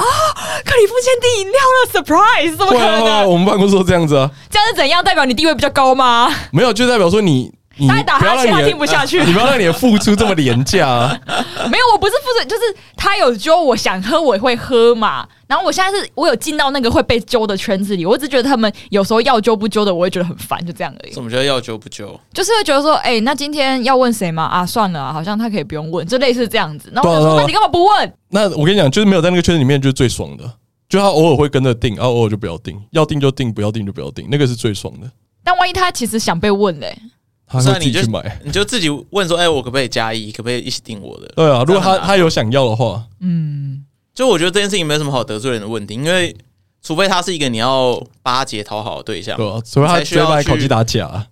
S1: 克里夫限定饮料了，surprise，怎么可
S2: 对啊，对啊
S1: 能？
S2: 我们办公室都这样子啊，
S1: 这样是怎样？代表你地位比较高吗？ *laughs*
S2: 没有就代表说你你
S1: 他在打
S2: 不要
S1: 哈
S2: 让你
S1: 欠，他
S2: 的啊
S1: 听不下去。
S2: 你不要让你的付出这么廉价啊！
S1: 没有，我不是负责，就是他有揪我想喝，我也会喝嘛。然后我现在是我有进到那个会被揪的圈子里，我只觉得他们有时候要揪不揪的，我会觉得很烦，就这样而
S2: 嗯
S1: 已。
S3: 什么叫要救不救？
S1: 就是会觉得说，哎、那今天要问谁吗？啊，算了啊、好像他可以不用问，就类似这样子。那我就
S2: 对啊
S1: 说，哎
S2: 对啊
S1: 那你干嘛不问？
S2: 那我跟你讲，就是没有在那个圈子里面就是最爽的，就他偶尔会跟着订，啊，偶尔就不要订，要订就订，不要订就不要订，那个是最爽的。
S1: 但万一他其实想被问嘞、
S2: 他
S3: 是啊
S2: 会自己
S3: 你就
S2: 去买。
S3: 你就自己问说，哎、我可不可以加一？可不可以一起订我的？
S2: 对啊，如果
S3: 这样
S2: 他
S3: 很麻烦
S2: 他有想要的话，
S1: 嗯，
S3: 就我觉得这件事情没什么好得罪人的问题，因为除非他是一个你要巴结讨好的对象，
S2: 对啊，除非他
S3: 才
S2: 直
S3: 需
S2: 接
S3: 要
S2: 把你
S3: 去嗯
S2: 烤鸡打假啊，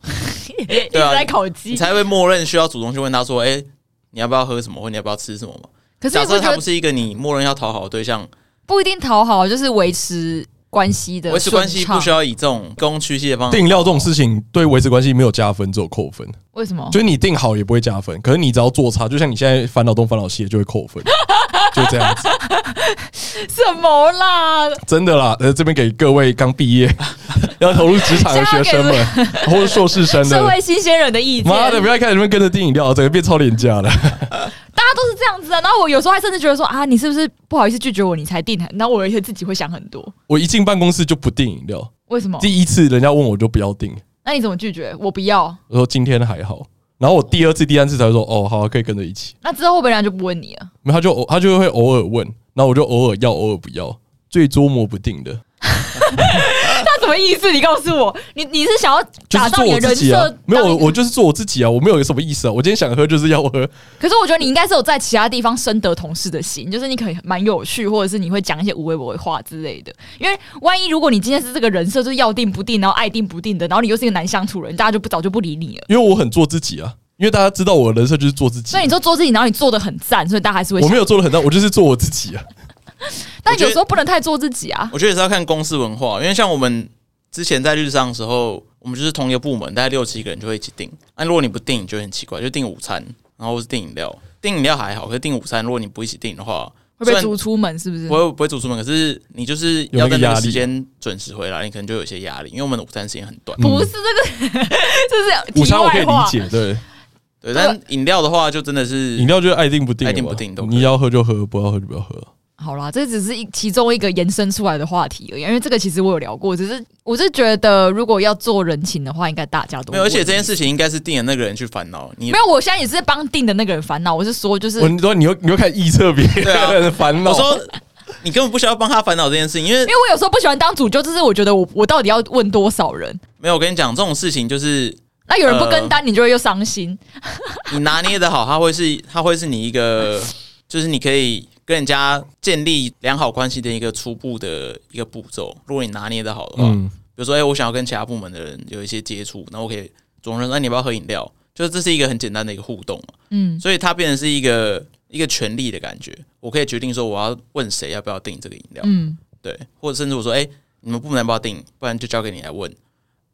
S1: 一直
S3: 对啊
S1: 在烤
S3: 你
S1: 鸡。
S3: 才会默认需要主动去问他说，哎、你要不要喝什么，或你要不要吃什么嘛？
S1: 可是
S3: 假
S1: 我
S3: 设
S1: 觉
S3: 他
S1: 得
S3: 不是一个你默认要讨好的对象，
S1: 不一定讨好，就是维持关系的
S3: 维持关系
S1: 顺畅
S3: 不需要以这种供需系的方式。
S2: 订料这种事情对维持关系没有加分，只有扣分。
S3: 哦
S1: 为什么？
S2: 就是你订好也不会加分，可是你只要做差，就像你现在烦恼东烦恼西就会扣
S3: *laughs*
S2: 分，就这样子。
S1: 什么啦？
S2: 真的啦，呃，这边给各位刚毕
S3: *laughs*
S2: 业要投入职场的学生们，或者硕士生
S1: 社
S2: 的，
S1: 会新鲜人的意见，
S2: 妈的，不要一开始你们跟着订饮料，整个变超廉价了。
S1: 大家都是这样子啊。然后我有时候还甚至觉得说啊，你是不是不好意思拒绝我，你才订的？然后我有一些自己会想很多，
S2: 我一进办公室就不订饮料，
S1: 为什么？
S2: 第一次人家问我就不要订，
S1: 那你怎么拒绝？我不要。
S2: 我说今天还好。然后我第二次、第三次才会说，哦，好啊、可以跟着一起。
S1: 那之后会不会人家就不问你了？啊
S2: 没有，他就偶他就会偶尔问，然后我就偶尔要，偶尔不要，最捉摸不定的，
S1: 那什么意思？你告诉我，你你是想要
S2: 就是
S1: 打
S2: 做
S1: 造你
S2: 我
S1: 的人
S2: 自己啊
S1: 设？。
S2: 没有，
S1: 当
S2: 我
S1: 你
S2: 我就是做我自己啊，我没有什么意思啊。我今天想喝就是要喝，
S1: 可是我觉得你应该是有在其他地方深得同事的心，就是你可能蛮有趣，或者是你会讲一些无谓不为话之类的。因为万一如果你今天是这个人设，就是要定不定，然后爱定不定的，然后你又是一个难相处人，大家就不早就不理你了。
S2: 因为我很做自己啊。因为大家知道我的人设就是做自己啊
S1: 所以，你说做自己，然后你做的很赞，所以大家还是会
S2: 我
S1: 想
S2: 没。有做的很大，我就是做我自己啊。
S1: 但
S3: 我觉
S1: 有
S3: 得
S1: 时候不能太做自己啊。
S3: *laughs* 我觉得也是要看公司文化，因为像我们之前在日商的时候，我们就是同一个部门，大概六七个人就会一起订。那如果你不订，你就会很奇怪，就订午餐，然后或是订饮料。订饮料还好，可是订午餐，如果你不一起订的话，
S1: 会被
S3: 虽然
S1: 逐出门是不是
S3: 不？会不会走出门，可是你就是
S2: 有那
S3: 要
S2: 个
S3: 在
S2: 压
S3: 那
S2: 力啊
S3: 个时间准时回来，你可能就有一些压力，因为我们的午餐时间很短。
S2: 嗯
S1: 不是这个，这
S2: 午
S1: 是题
S2: 餐我可以
S1: 外
S2: 理
S1: 话。
S2: 解，对，
S3: 对，但饮料的话，就真的是
S2: 饮料就是爱定不定的嘛，
S3: 爱定不定都可以
S2: 你要喝就喝，不要喝就不要喝。
S1: 好啦，这只是一其中一个延伸出来的话题而已，因为这个其实我有聊过，只是我是觉得如果要做人情的话，应该大家都
S3: 没有，而且这件
S1: 事
S3: 事情应该是订的那个人去烦恼你
S1: 没。有，我现在也是帮定的那个人烦恼，我是说就是
S2: 我你说你又你又开始臆测别
S3: 对啊
S2: 人的烦恼，
S3: 我说你根本不需要帮他烦恼这件事情，因为
S1: 因为我有时候不喜欢当主就就是我觉得我我到底要问多少人，
S3: 没有我跟你讲这种事情就是
S1: 那有人不
S3: 呃
S1: 跟单，你就会又伤心。
S3: 你拿捏的好，它会是它会是你一个，就是你可以跟人家建立良好关系的一个初步的一个步骤。如果你拿捏的好的话，
S2: 嗯，
S3: 比如说，哎、我想要跟其他部门的人有一些接触，那我可以总认说，哎、你要不要喝饮料？就是这是一个很简单的一个互动嘛，
S1: 嗯，
S3: 所以它变成是一个一个权利的感觉。我可以决定说，我要问谁要不要订这个饮料，
S1: 嗯，
S3: 对，或者甚至我说，哎、你们部门要不要订？不然就交给你来问。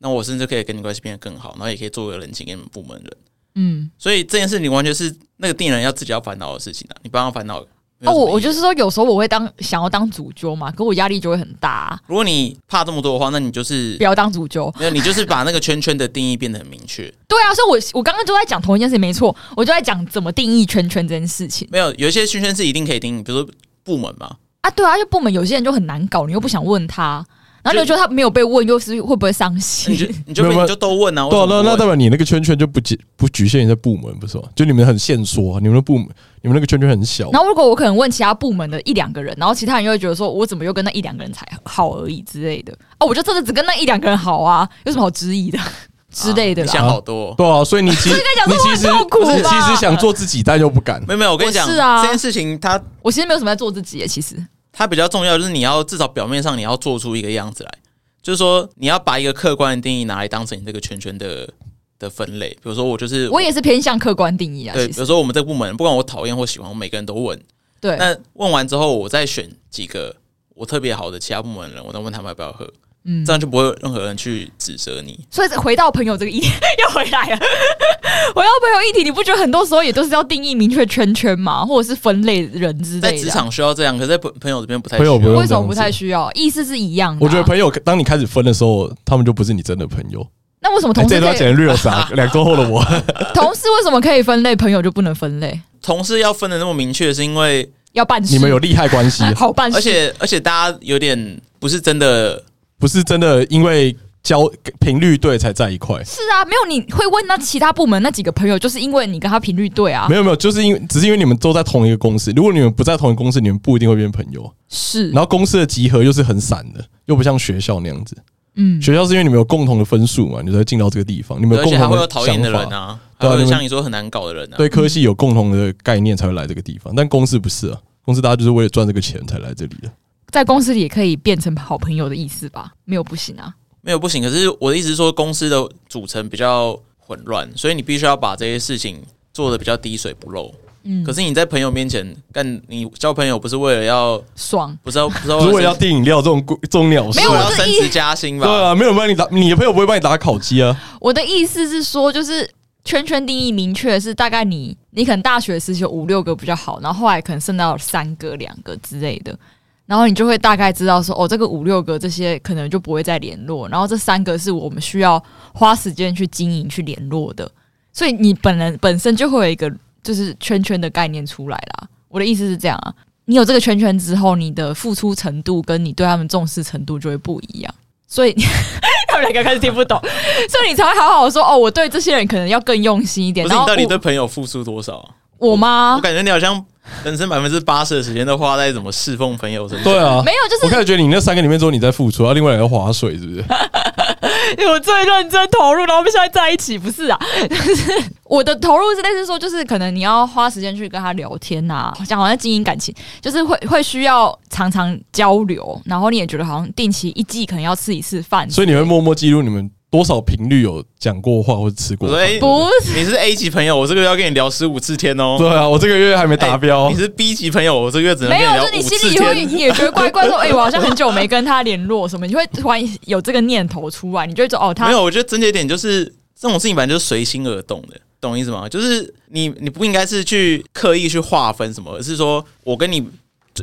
S3: 那我甚至可以跟你关系变得更好，然后也可以做个人情给你们部门人。
S1: 嗯，
S3: 所以这件事情完全是那个订人要自己要烦恼的事情啊，你帮他烦恼。没
S1: 哦，
S3: 有什么
S1: 我
S3: 意义
S1: 我就是说，有时候我会当想要当主揪嘛，可我压力就会很大啊、
S3: 如果你怕这么多的话，那你就是
S1: 不要当主揪。
S3: 没有，你就是把那个圈圈的定义变得很明确。
S1: 对啊，所以我我刚刚就在讲同一件事，没错，我就在讲怎么定义圈圈这件事情
S3: 没有，有一些圈圈是一定可以定义，比如说部门嘛，
S1: 啊。对啊，就部门有些人就很难搞，你又不想问他，然后你又
S3: 就
S1: 觉得他没有被问，又是会不会伤
S3: 你
S1: 心？
S2: *laughs*
S3: 就你就
S2: 没有没有
S3: 你就都问啊，
S2: 对啊，
S3: 为什
S2: 那那
S3: 么不
S2: 代
S3: 问
S2: 表你那个圈圈就不局不局限于在部门，不是吗？就你们很限缩、啊，你们那个部门，你们那个圈圈很小。
S1: 然后如果我可能问其他部门的一两个人，然后其他人又会觉得说我怎么又跟那一两个人才好而已之类的哦，我就真的只跟那一两个人好啊，有什么好质疑的之类的
S3: 你
S1: 啦。
S3: 想好多。
S2: 对啊，所以你其实
S1: 讲
S2: 你
S1: 说我
S2: 其
S1: 很
S2: 实
S1: 痛苦吧
S2: 你其实想做自己，但又不敢。
S3: 没有没有，我跟你讲，
S1: 我是啊
S3: 这件事情它
S1: 我其实没有什么在做自己耶，其实
S3: 它比较重要，就是你要至少表面上你要做出一个样子来。就是说你要把一个客观的定义拿来当成你这个圈圈的的分类。比如说我就是
S1: 我也是偏向客观定义啊，
S3: 对，
S1: 其
S3: 比
S1: 实
S3: 如说我们这个部门，不管我讨厌或喜欢，我每个人都问。
S1: 对，
S3: 那问完之后，我再选几个我特别好的其他部门的人，我再问他们要不要喝，
S1: 嗯
S3: 这，样就不会有任何人去指责你。
S1: 所以回到朋友这个议题 *laughs* 又回来了，回到朋友议题，你不觉得很多时候也都是要定义明确圈圈嘛，或者是分类人之
S3: 在
S1: 类
S3: 职
S1: 的啊？
S3: 场需要这样，可是在朋朋友这边不太需
S2: 朋友
S3: 要。
S2: 不用
S1: 为什
S2: 这
S1: 么
S2: 样
S1: 不
S2: 子
S1: 太需要？意思是一样的啊、
S2: 我觉得朋友当你开始分的时候，他们就不是你真的朋友。
S1: 那为什么
S2: 哎
S1: 同
S2: 这
S1: 事
S2: 段
S1: 可以
S2: 剪
S1: *laughs*
S2: real 啥？两周后的我，
S1: 同事为什么可以分类，朋友就不能分类？
S3: 同事要分的那么明确，是因为
S1: 要办事，
S2: 你们有利害关系，
S1: *laughs* 好办事，
S3: 而且而且大家有点不是真的
S2: 不是真的因为交频率对才在一块。
S1: 是啊，没有你会问那其他部门那几个朋友，就是因为你跟他频率对啊
S2: 没，有没有，就是因为只是因为你们都在同一个公司，如果你们不在同一个公司，你们不一定会变朋友。啊
S1: 是
S2: 然，后公司的集合又是很散的，又不像学校那样子。
S1: 嗯，
S2: 学校是因为你们有共同的分数嘛，你才进到这个地方，你们
S3: 对
S2: 有
S3: 而且
S2: 共
S3: 还
S2: 同
S3: 会有
S2: 的
S3: 讨厌的
S2: 想
S3: 人
S2: 法，
S3: 啊，还
S2: 对啊
S3: 有
S2: 你们
S3: 像你说很难搞的人啊。
S2: 对科系有共同的概念才会来这个地方。但公司不是啊，公司大家就是为了赚这个钱才来这里的。
S1: 在公司里也可以变成好朋友的意思吧？没有不行啊，
S3: 没有不行。可是我的意思是说，公司的组成比较混乱，所以你必须要把这些事情做的比较滴水不漏。
S1: 嗯
S3: 可，是你在朋友面前干，你交朋友不是为了要，
S1: 爽。
S3: 不是要，哦不是要
S2: 如果要订饮料这种这种鸟事啊
S1: 没，有
S3: 我
S1: 我
S3: 要
S1: 是
S3: 升
S1: 一
S3: 职加薪吧？
S2: 对啊，没有人帮你打，你的朋友不会帮你打烤鸡啊。
S1: 我的意思是说，就是圈圈定义明确是大概你你可能大学时期有五六个比较好，然后后来可能剩到三个、两个之类的，然后你就会大概知道说，哦，这个五六个这些可能就不会再联络，然后这三个是我们需要花时间去经营、去联络的，所以你本人本身就会有一个就是圈圈的概念出来啦。我的意思是这样啊。你有这个圈圈之后，你的付出程度跟你对他们重视程度就会不一样，所以他们两个开始听不懂， *laughs* 所以你才会好好地说哦，我对这些人可能要更用心一点。
S3: 不是
S1: 然
S3: 你
S1: 后
S3: 到底
S1: 我
S3: 对朋友付出多少？
S1: 我吗
S3: 我？感觉你好像人生百分之八十的时间都花在怎么侍奉朋友身上。
S2: 对啊，
S1: 没有，就是
S2: 我开始觉得你那三个里面只有你在付出，然后另外两个划水，是不是？
S1: 我最认真投入，然后我们现在在一起，不是啊？ *laughs* 就是我的投入是类似说，就是可能你要花时间去跟他聊天呐、好像好像经营感情，就是会会需要常常交流，然后你也觉得好像定期一季可能要吃一次饭，
S2: 所以你会默默记录你们多少频率有讲过话或者吃过
S3: 我
S2: 饭
S3: 说。哎，
S1: 不是
S3: 你是 A 级朋友，我这个月要跟你聊十五次天哦。
S2: 对啊，我这个月还没达标
S3: 哎你。是 B 级朋友，我这个月只能跟
S1: 哦没有，
S3: 聊
S1: 就你
S3: 五
S1: 心
S3: 次
S1: 里会
S3: 天。
S1: 也觉得怪
S3: *laughs*
S1: 怪，说哎、我好像很久没跟他联络什么，你会突然有这个念头出来，你就会说哦，他
S3: 没有，我觉得症结点就是这种事情本来就是随心而动的，懂意思吗？就是你你不应该是去刻意去划分什么，而是说我跟你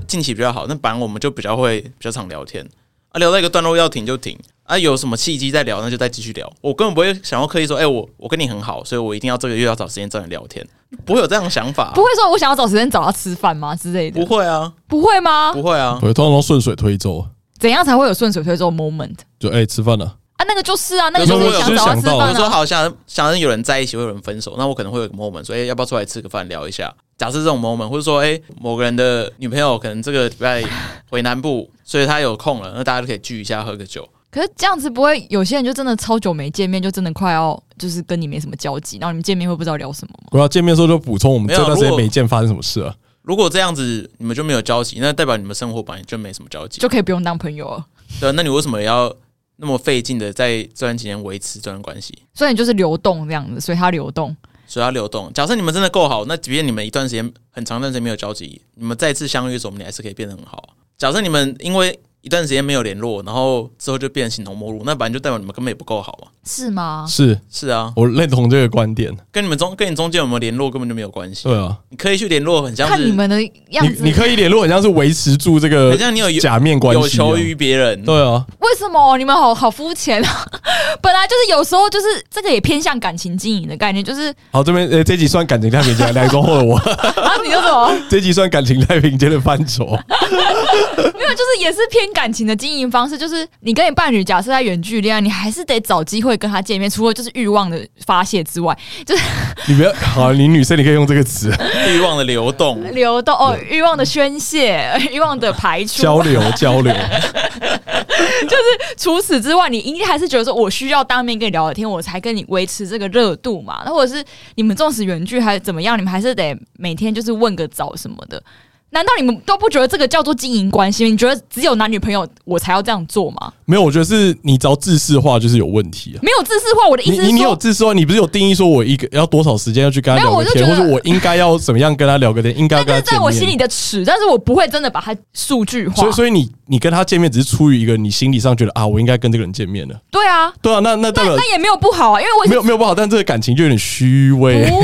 S3: 近期比较好，那本来我们就比较会比较常聊天啊，聊到一个段落要停就停啊，有什么契机再聊那就再继续聊，我根本不会想要刻意说，哎、我我跟你很好，所以我一定要这个月要找时间找你聊天，不会有这样的想法、啊
S1: 不会说我想要找时间找他吃饭吗之类的，
S3: 不会啊，
S1: 不会吗？
S3: 不会啊，
S2: 对，通常都顺水推舟，啊
S1: 怎样才会有顺水推舟 moment
S2: 就哎、吃饭了，
S1: 啊？那个就是啊，那个
S3: 有时候
S1: 就是
S3: 我
S1: 想
S3: 有
S1: 找他吃
S2: 就是想到
S1: 饭
S3: 我说
S1: 啊。
S3: 好，想想着有人在一起，会有人分手，那我可能会有个 moment，所以要不要出来吃个饭聊一下？假设这种 moment，或者说，哎、某个人的女朋友可能这个礼拜回南部，所以她有空了，那大家就可以聚一下，喝个酒。
S1: 可是这样子不会，有些人就真的超久没见面，就真的快要就是跟你没什么交集，然后你们见面会不知道聊什么吗？
S2: 我要见面的时候就补充我们
S3: 没
S2: 这
S3: 有
S2: 段时间
S3: 如果
S2: 没见发生什么事啊。
S3: 如果这样子你们就没有交集，那代表你们生活本来就没什么交集。
S1: 就可以不用当朋友了。
S3: 对啊，那你为什么要那么费劲的在这段期间维持这段关系？
S1: 所以你就是流动这样子，所以他流动。
S3: 所以要流动。假设你们真的够好，那即便你们一段时间很长一段时间没有交集，你们再次相遇的时候，你还是可以变得很好。假设你们因为一段时间没有联络，然后之后就变成形同陌路，那本来就代表你们根本也不够好嘛。
S1: 是吗？
S2: 是
S3: 是啊，
S2: 我认同这个观点。
S3: 跟你们中跟你中间有没有联络根本就没有关系。
S2: 对啊，
S3: 你可以去联络，很像
S1: 看你
S3: 是
S1: 们的样子，
S2: 你你可以联络，很像是维持住这个
S3: 很像你有有
S2: 假面关
S3: 有
S2: 系、啊。
S3: 求于别人。
S2: 对啊，
S1: 为什么你们好好肤浅啊？ *laughs* 本来就是有时候就是这个也偏向感情经营的概念，就是
S2: 好，这边呃、这集算感情太平间，两周后的我， *laughs*
S1: 啊，你就什么
S2: 这集算感情太平间的范畴。
S1: 没有，就是也是偏感情的经营方式，就是你跟你伴侣假设在远距离恋爱，你还是得找机会跟他见面，除了就是欲望的发泄之外，
S2: *laughs* 你不要好，你女生你可以用这
S1: *laughs*
S2: 个词
S3: 欲望的流动，
S1: 流动哦，欲望的宣泄， *laughs* 欲望的排出，
S2: 交流交流。
S1: 除此之外，你一定还是觉得说我需要当面跟你聊聊天，我才跟你维持这个热度嘛。那或者是你们纵使远距还是怎么样，你们还是得每天就是问个早什么的。难道你们都不觉得这个叫做经营关系吗？你觉得只有男女朋友我才要这样做吗？
S2: 没有，我觉得是你只要自视化就是有问题啊。
S1: 没有自私化，我的意
S2: 你
S1: 思是
S2: 你你有
S1: 说，
S2: 自视化，你不是有定义说我一个要多少时间要去跟他
S1: 没有
S2: 聊个
S1: 我就
S2: 天，
S1: 觉
S2: 或
S1: 得
S2: 者我应该要怎么样跟他聊个天，应该要
S1: 那
S2: 跟
S1: 这是
S2: 他见
S1: 在
S2: 面。
S1: 我心里的尺，但是我不会真的把它数据化。
S2: 所以所以你你跟他见面只是出于一个你心理上觉得啊，我应该跟这个人见面了。
S1: 对啊，
S2: 对啊，那那代
S1: 那
S2: 表
S1: 那也没有不好啊，因为我也
S2: 没有没有不好，但这个感情就有点虚伪。
S1: 不会，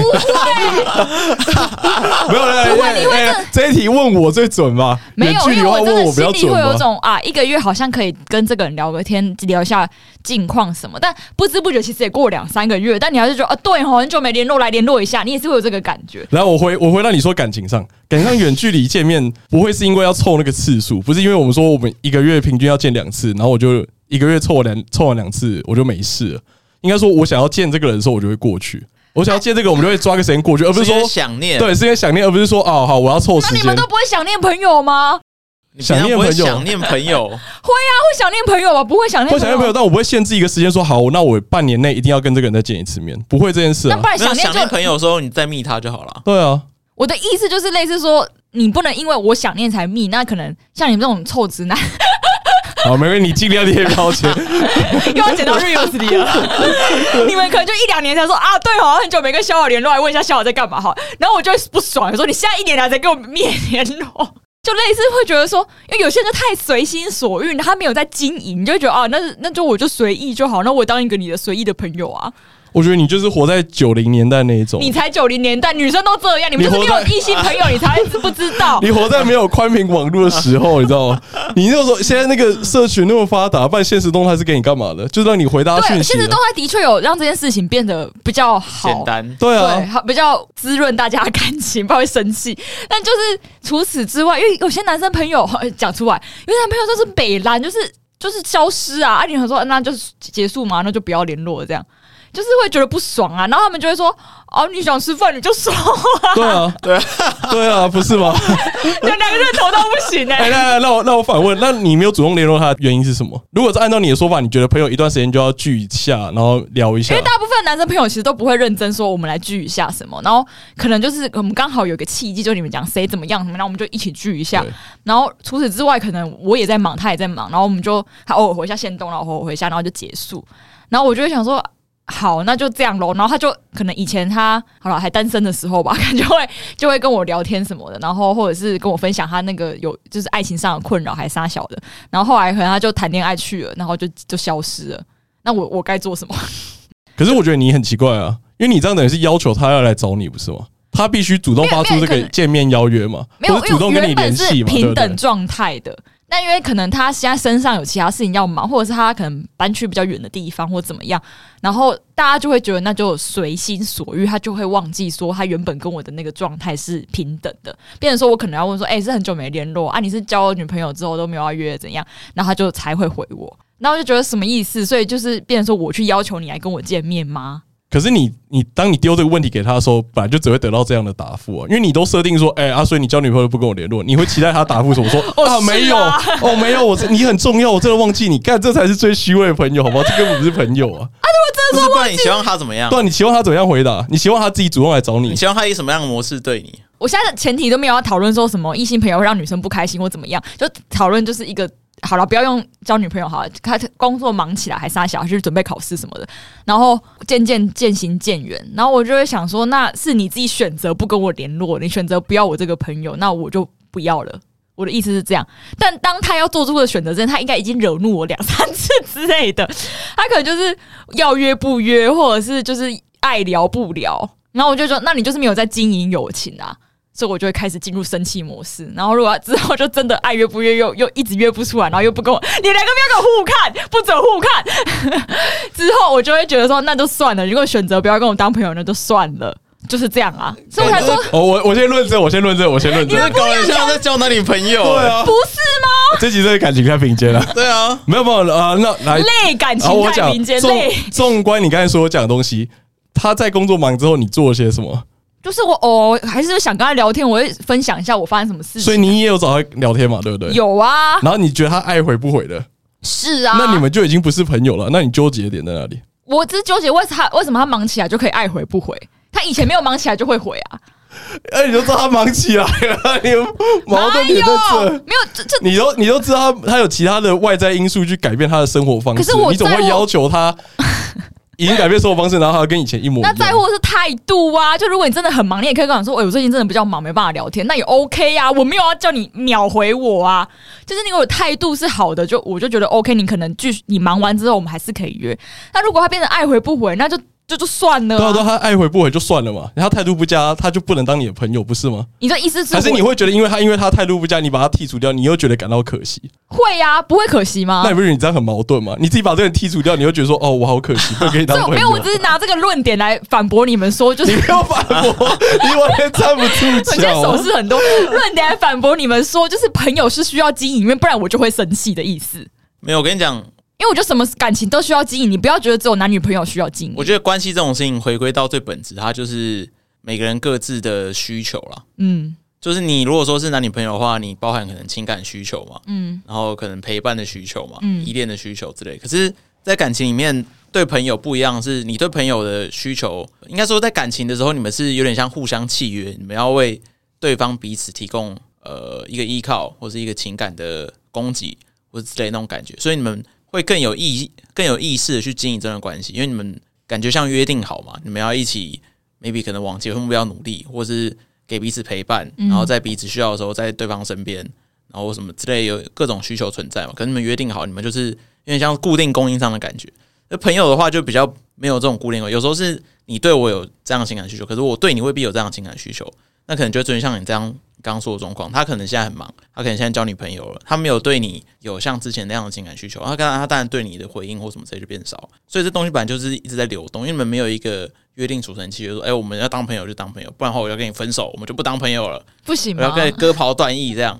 S1: *laughs*
S2: 没有没有，
S1: 不会你会
S2: 哎哎这一题问我最准吧？
S1: 没
S2: 远
S1: 有，
S2: 距
S1: 因
S2: 离
S1: 为
S2: 的
S1: 我
S2: 话
S1: 真
S2: 问
S1: 的
S2: 我比
S1: 心
S2: 较
S1: 里
S2: 准
S1: 会有一
S2: 吧？
S1: 种啊，一个月好像可以跟这个人聊个天，聊一下近况什么，但不知不觉其实也过两三个月，但你还是觉得啊，对哦，很久没联络，来联络一下，你也是会有这个感觉。
S2: 然后我回我回到你说感情上，感情上远距离见面不会是因为要凑那个次数，不是因为我们说我们一个月平均要见两次，然后我就一个月凑完两凑完两次我就没事了。应该说我想要见这个人的时候，我就会过去。我想要见这个，我们就会抓个时间过去，而不是
S3: 因为
S2: 说
S3: 想念，
S2: 对是因为想念，而不是说哦好我要凑
S1: 那
S2: 时
S1: 你
S2: 间
S1: 们都。不会想念朋友吗？
S3: 你平常不会想念朋友，
S1: 会想念朋友吗？不会想念
S2: 会想念朋友，但我不会限制一个时间说好，那我半年内一定要跟这个人再见一次面，不会这件事
S1: 那
S2: 啊
S1: 不。然
S3: 没有
S1: 哎想念
S3: 想
S1: 就
S3: 念朋友的时候，你再密他就好了。
S2: 对啊，
S1: 我的意思就是类似说，你不能因为我想念才密，那可能像你们这种臭直男
S2: 好，没问题，你尽量贴标签。
S1: 又要捡到 reels 里 *laughs* 了。你们可能就一两年才说啊，对哦，很久没跟小小联络，来问一下小小在干嘛哈。然后我就会不爽，说你现在一年来才跟我灭联络。就类似会觉得说，因为有些人就太随心所欲，他没有在经营，你就会觉得啊，那那就我就随意就好，那我当一个你的随意的朋友啊。
S2: 我觉得你就是活在九零年代那一
S1: *laughs*
S2: 种，
S1: 你才九零年代，女生都这哦样，你们就是没
S2: 你活
S1: 有
S2: 在
S1: 异性朋友，你才会不知道。 *laughs*
S2: 你活在没有宽频网络的时候，你知道吗？你那时候现在那个社群那么发达，办现实动态是给你干嘛的？就让你回答
S1: 对，
S2: 讯息
S1: 现实动
S2: 的。
S1: 态的确有让这件事情变得比较好，
S3: 简单，
S2: 对
S1: 对，
S2: 啊，
S1: 好比较滋润大家的感情，不然会生气。 *laughs* 但就是除此之外，因为有些男生朋友 *laughs* 呃讲出来，有些男朋友就是北蓝，就是就是消失啊，啊，你很说那就是结束嘛，那就不要联络了这样。就是会觉得不爽啊，然后他们就会说：“哦，你想吃饭你就说，
S2: 对
S1: *laughs*
S2: 啊，对啊，对啊，不是吗？
S1: 就 *laughs* 两个人头到不行哎、
S2: 哎，那那我那我反问，那你没有主动联络他的原因是什么？如果是按照你的说法，你觉得朋友一段时间就要聚一下，然后聊一下
S1: 因为，大部分男生朋友其实都不会认真说我们来聚一下什么，然后可能就是我们刚好有个契机，就你们讲谁怎么样什么，然后我们就一起聚一下
S2: 对。
S1: 然后除此之外，可能我也在忙，他也在忙，然后我们就他偶尔回一下线动，然后偶尔回一下，然后就结束。然后我就会想说。好，那就这样咯。然后他就可能以前他好了还单身的时候吧， *laughs* 感觉会就会跟我聊天什么的，然后或者是跟我分享他那个有就是爱情上的困扰还是啥小的。然后后来可能他就谈恋爱去了，然后就就消失了。那我我该做什么？
S2: 可是我觉得你很奇怪啊，因为你这样等于是要求他要来找你，不是吗？他必须主动发出
S1: 没有没
S2: 这
S1: 有可
S2: 个
S1: 能
S2: 见面邀约嘛，
S1: 没有，
S2: 或是主动
S1: 因为
S2: 跟你
S1: 原本
S2: 联系
S1: 是
S2: 嘛，对
S1: 平
S2: 不对
S1: 等？状态的。但因为可能他现在身上有其他事情要忙，或者是他可能搬去比较远的地方，或怎么样，然后大家就会觉得那就随心所欲，他就会忘记说他原本跟我的那个状态是平等的。变成说我可能要问说，哎、是很久没联络啊，你是交女朋友之后都没有要约怎样？然后他就才会回我，然后我就觉得什么意思？所以就是变成说我去要求你来跟我见面吗？
S2: 可是你你当你丢这个问题给他的时候，本来就只会得到这样的答复啊，因为你都设定说，哎、啊，所以你交女朋友都不跟我联络，你会期待他答复什么？说
S1: *laughs* 哦
S2: 啊
S1: 是
S2: 没有，
S1: 啊
S2: 哦没有，我这你很重要，我真的忘记你，干这才是最虚伪的朋友，好不好？这根本不是朋友啊！
S3: 不是不然你希望他怎么样
S2: 对？啊，你期望他怎么样回答？你期望他自己主动来找你
S3: 你？希望他以什么样的模式对你？
S1: 我现在的前提都没有要讨论说什么异性朋友会让女生不开心或怎么样，就讨论就是一个好了，不要用交女朋友好了，他工作忙起来还杀小孩，就是准备考试什么的，然后渐渐渐行渐远，然后我就会想说，那是你自己选择不跟我联络，你选择不要我这个朋友，那我就不要了。我的意思是这样，但当他要做出的选择之前，他应该已经惹怒我两三次之类的，他可能就是要约不约，或者是就是爱聊不聊，然后我就说，那你就是没有在经营友情啊。所以我就会开始进入生气模式。然后如果之后就真的爱约不约，又又一直约不出来，然后又不跟我，你两个不要跟我互看，不准互看。之后我就会觉得说，那就算了。如果选择不要跟我当朋友，那就算了，就是这样啊。所以我才说，
S2: 哦，我我先论证，我先论证，我
S3: *laughs*
S2: 先
S1: *laughs*
S2: 论证。
S3: 搞得像在交男女朋友、
S2: 对
S3: 欸
S2: 啊
S1: 不，是吗？
S2: 这集这个感情太平间了，
S3: 对啊，
S2: 没有没有啊、那来
S1: 累感
S2: 然后
S1: 情
S2: 我
S1: 太
S2: 讲
S1: 民间
S2: 纵
S1: 累，
S2: 纵观你刚才所讲的东西，他在工作忙之后，你做了些什么？
S1: 就是我哦，还是想跟他聊天，我会分享一下我发生什么事
S2: 所
S1: 情。
S2: 以你也有找他聊天嘛，对不对？。
S1: 嗯有啊，
S2: 然后你觉得他爱回不回的，
S1: 是啊。
S2: 那你们就已经不是朋友了。那你纠结点在哪里？
S1: 我只是纠结为他为什么他忙起来就可以爱回不回，他以前没有忙起来就会回啊。
S2: 哎，你就知道他忙起来了，哦你的矛
S1: 哪
S2: 盾
S1: 有
S2: 点在这。
S1: 哎没有这这
S2: 你都你都知道他他有其他的外在因素去改变他的生活方式，
S1: 可是我
S2: 你总
S1: 在
S2: 会
S1: 乎
S2: 要求他已经改变生活方式，然后还要跟以前一模一
S1: 那
S2: 样。
S1: 在乎的是态度啊，就如果你真的很忙，你也可以跟我说，哎、我最近真的比较忙，没办法聊天，那也 OK 啊，我没有要叫你秒回我啊，就是你如果态度是好的，就我就觉得 OK，你可能继续，你忙完之后我们还是可以约。那如果他变成爱回不回，那就就就算了、
S2: 对啊，对啊
S1: 啊。
S2: 他爱回不回就算了嘛，他态度不佳，他就不能当你的朋友，不是吗？
S1: 你的意思是
S2: 还是
S1: 我
S2: 你会觉得，因为他因为他态度不佳，你把他剔除掉，你又觉得感到可惜？
S1: 会呀、啊，不会可惜吗
S2: 那你？不觉得你这样很矛盾吗？你自己把这个人剔除掉，你又觉得说，哦，我好可惜，不能跟你当
S1: 这种
S2: 朋
S1: 没
S2: 友
S1: 有，。我只是拿这个论点来反驳你们说，就是
S2: *laughs* 你不要反驳， *laughs* 你完全站不住
S1: 我今天
S2: 脚
S1: 手
S2: 啊。
S1: 势很多，论点来反驳你们说，就是朋友是需要经营，因为不然我就会生气的意思。
S3: 没有，我跟你讲，
S1: 因为我觉得什么感情都需要经营，你不要觉得只有男女朋友需要经营。
S3: 我觉得关系这种事情回归到最本质，它就是每个人各自的需求啦。
S1: 嗯
S3: 就是你如果说是男女朋友的话，你包含可能情感需求嘛，
S1: 嗯，
S3: 然后可能陪伴的需求嘛，
S1: 嗯
S3: 依恋的需求之类。可是，在感情里面，对朋友不一样，是你对朋友的需求，应该说在感情的时候，你们是有点像互相契约，你们要为对方彼此提供呃一个依靠或是一个情感的供给或是之类那种感觉，所以你们会更有意更有意识的去经营这段关系，因为你们感觉像约定好嘛，你们要一起 maybe 可能往结婚目标努力，或是给彼此陪伴，
S1: 嗯
S3: 然后在彼此需要的时候在对方身边，然后什么之类有各种需求存在嘛。可是你们约定好，你们就是有点像固定供应商的感觉。那朋友的话就比较没有这种固定供应，有时候是你对我有这样的情感需求，可是我对你未必有这样的情感需求，那可能就会出现像你这样刚刚说的状况。他可能现在很忙，他可能现在交女朋友了，他没有对你有像之前那样的情感需求，他当然他当然对你的回应或什么之类就变少，所以这东西本来就是一直在流动，因为你们没有一个约定俗成契约，说哎、我们要当朋友就当朋友，不然的话我要跟你分手，我们就不当朋友了，
S1: 不行
S3: 我要
S1: 吗？
S3: 跟你割袍断义这样。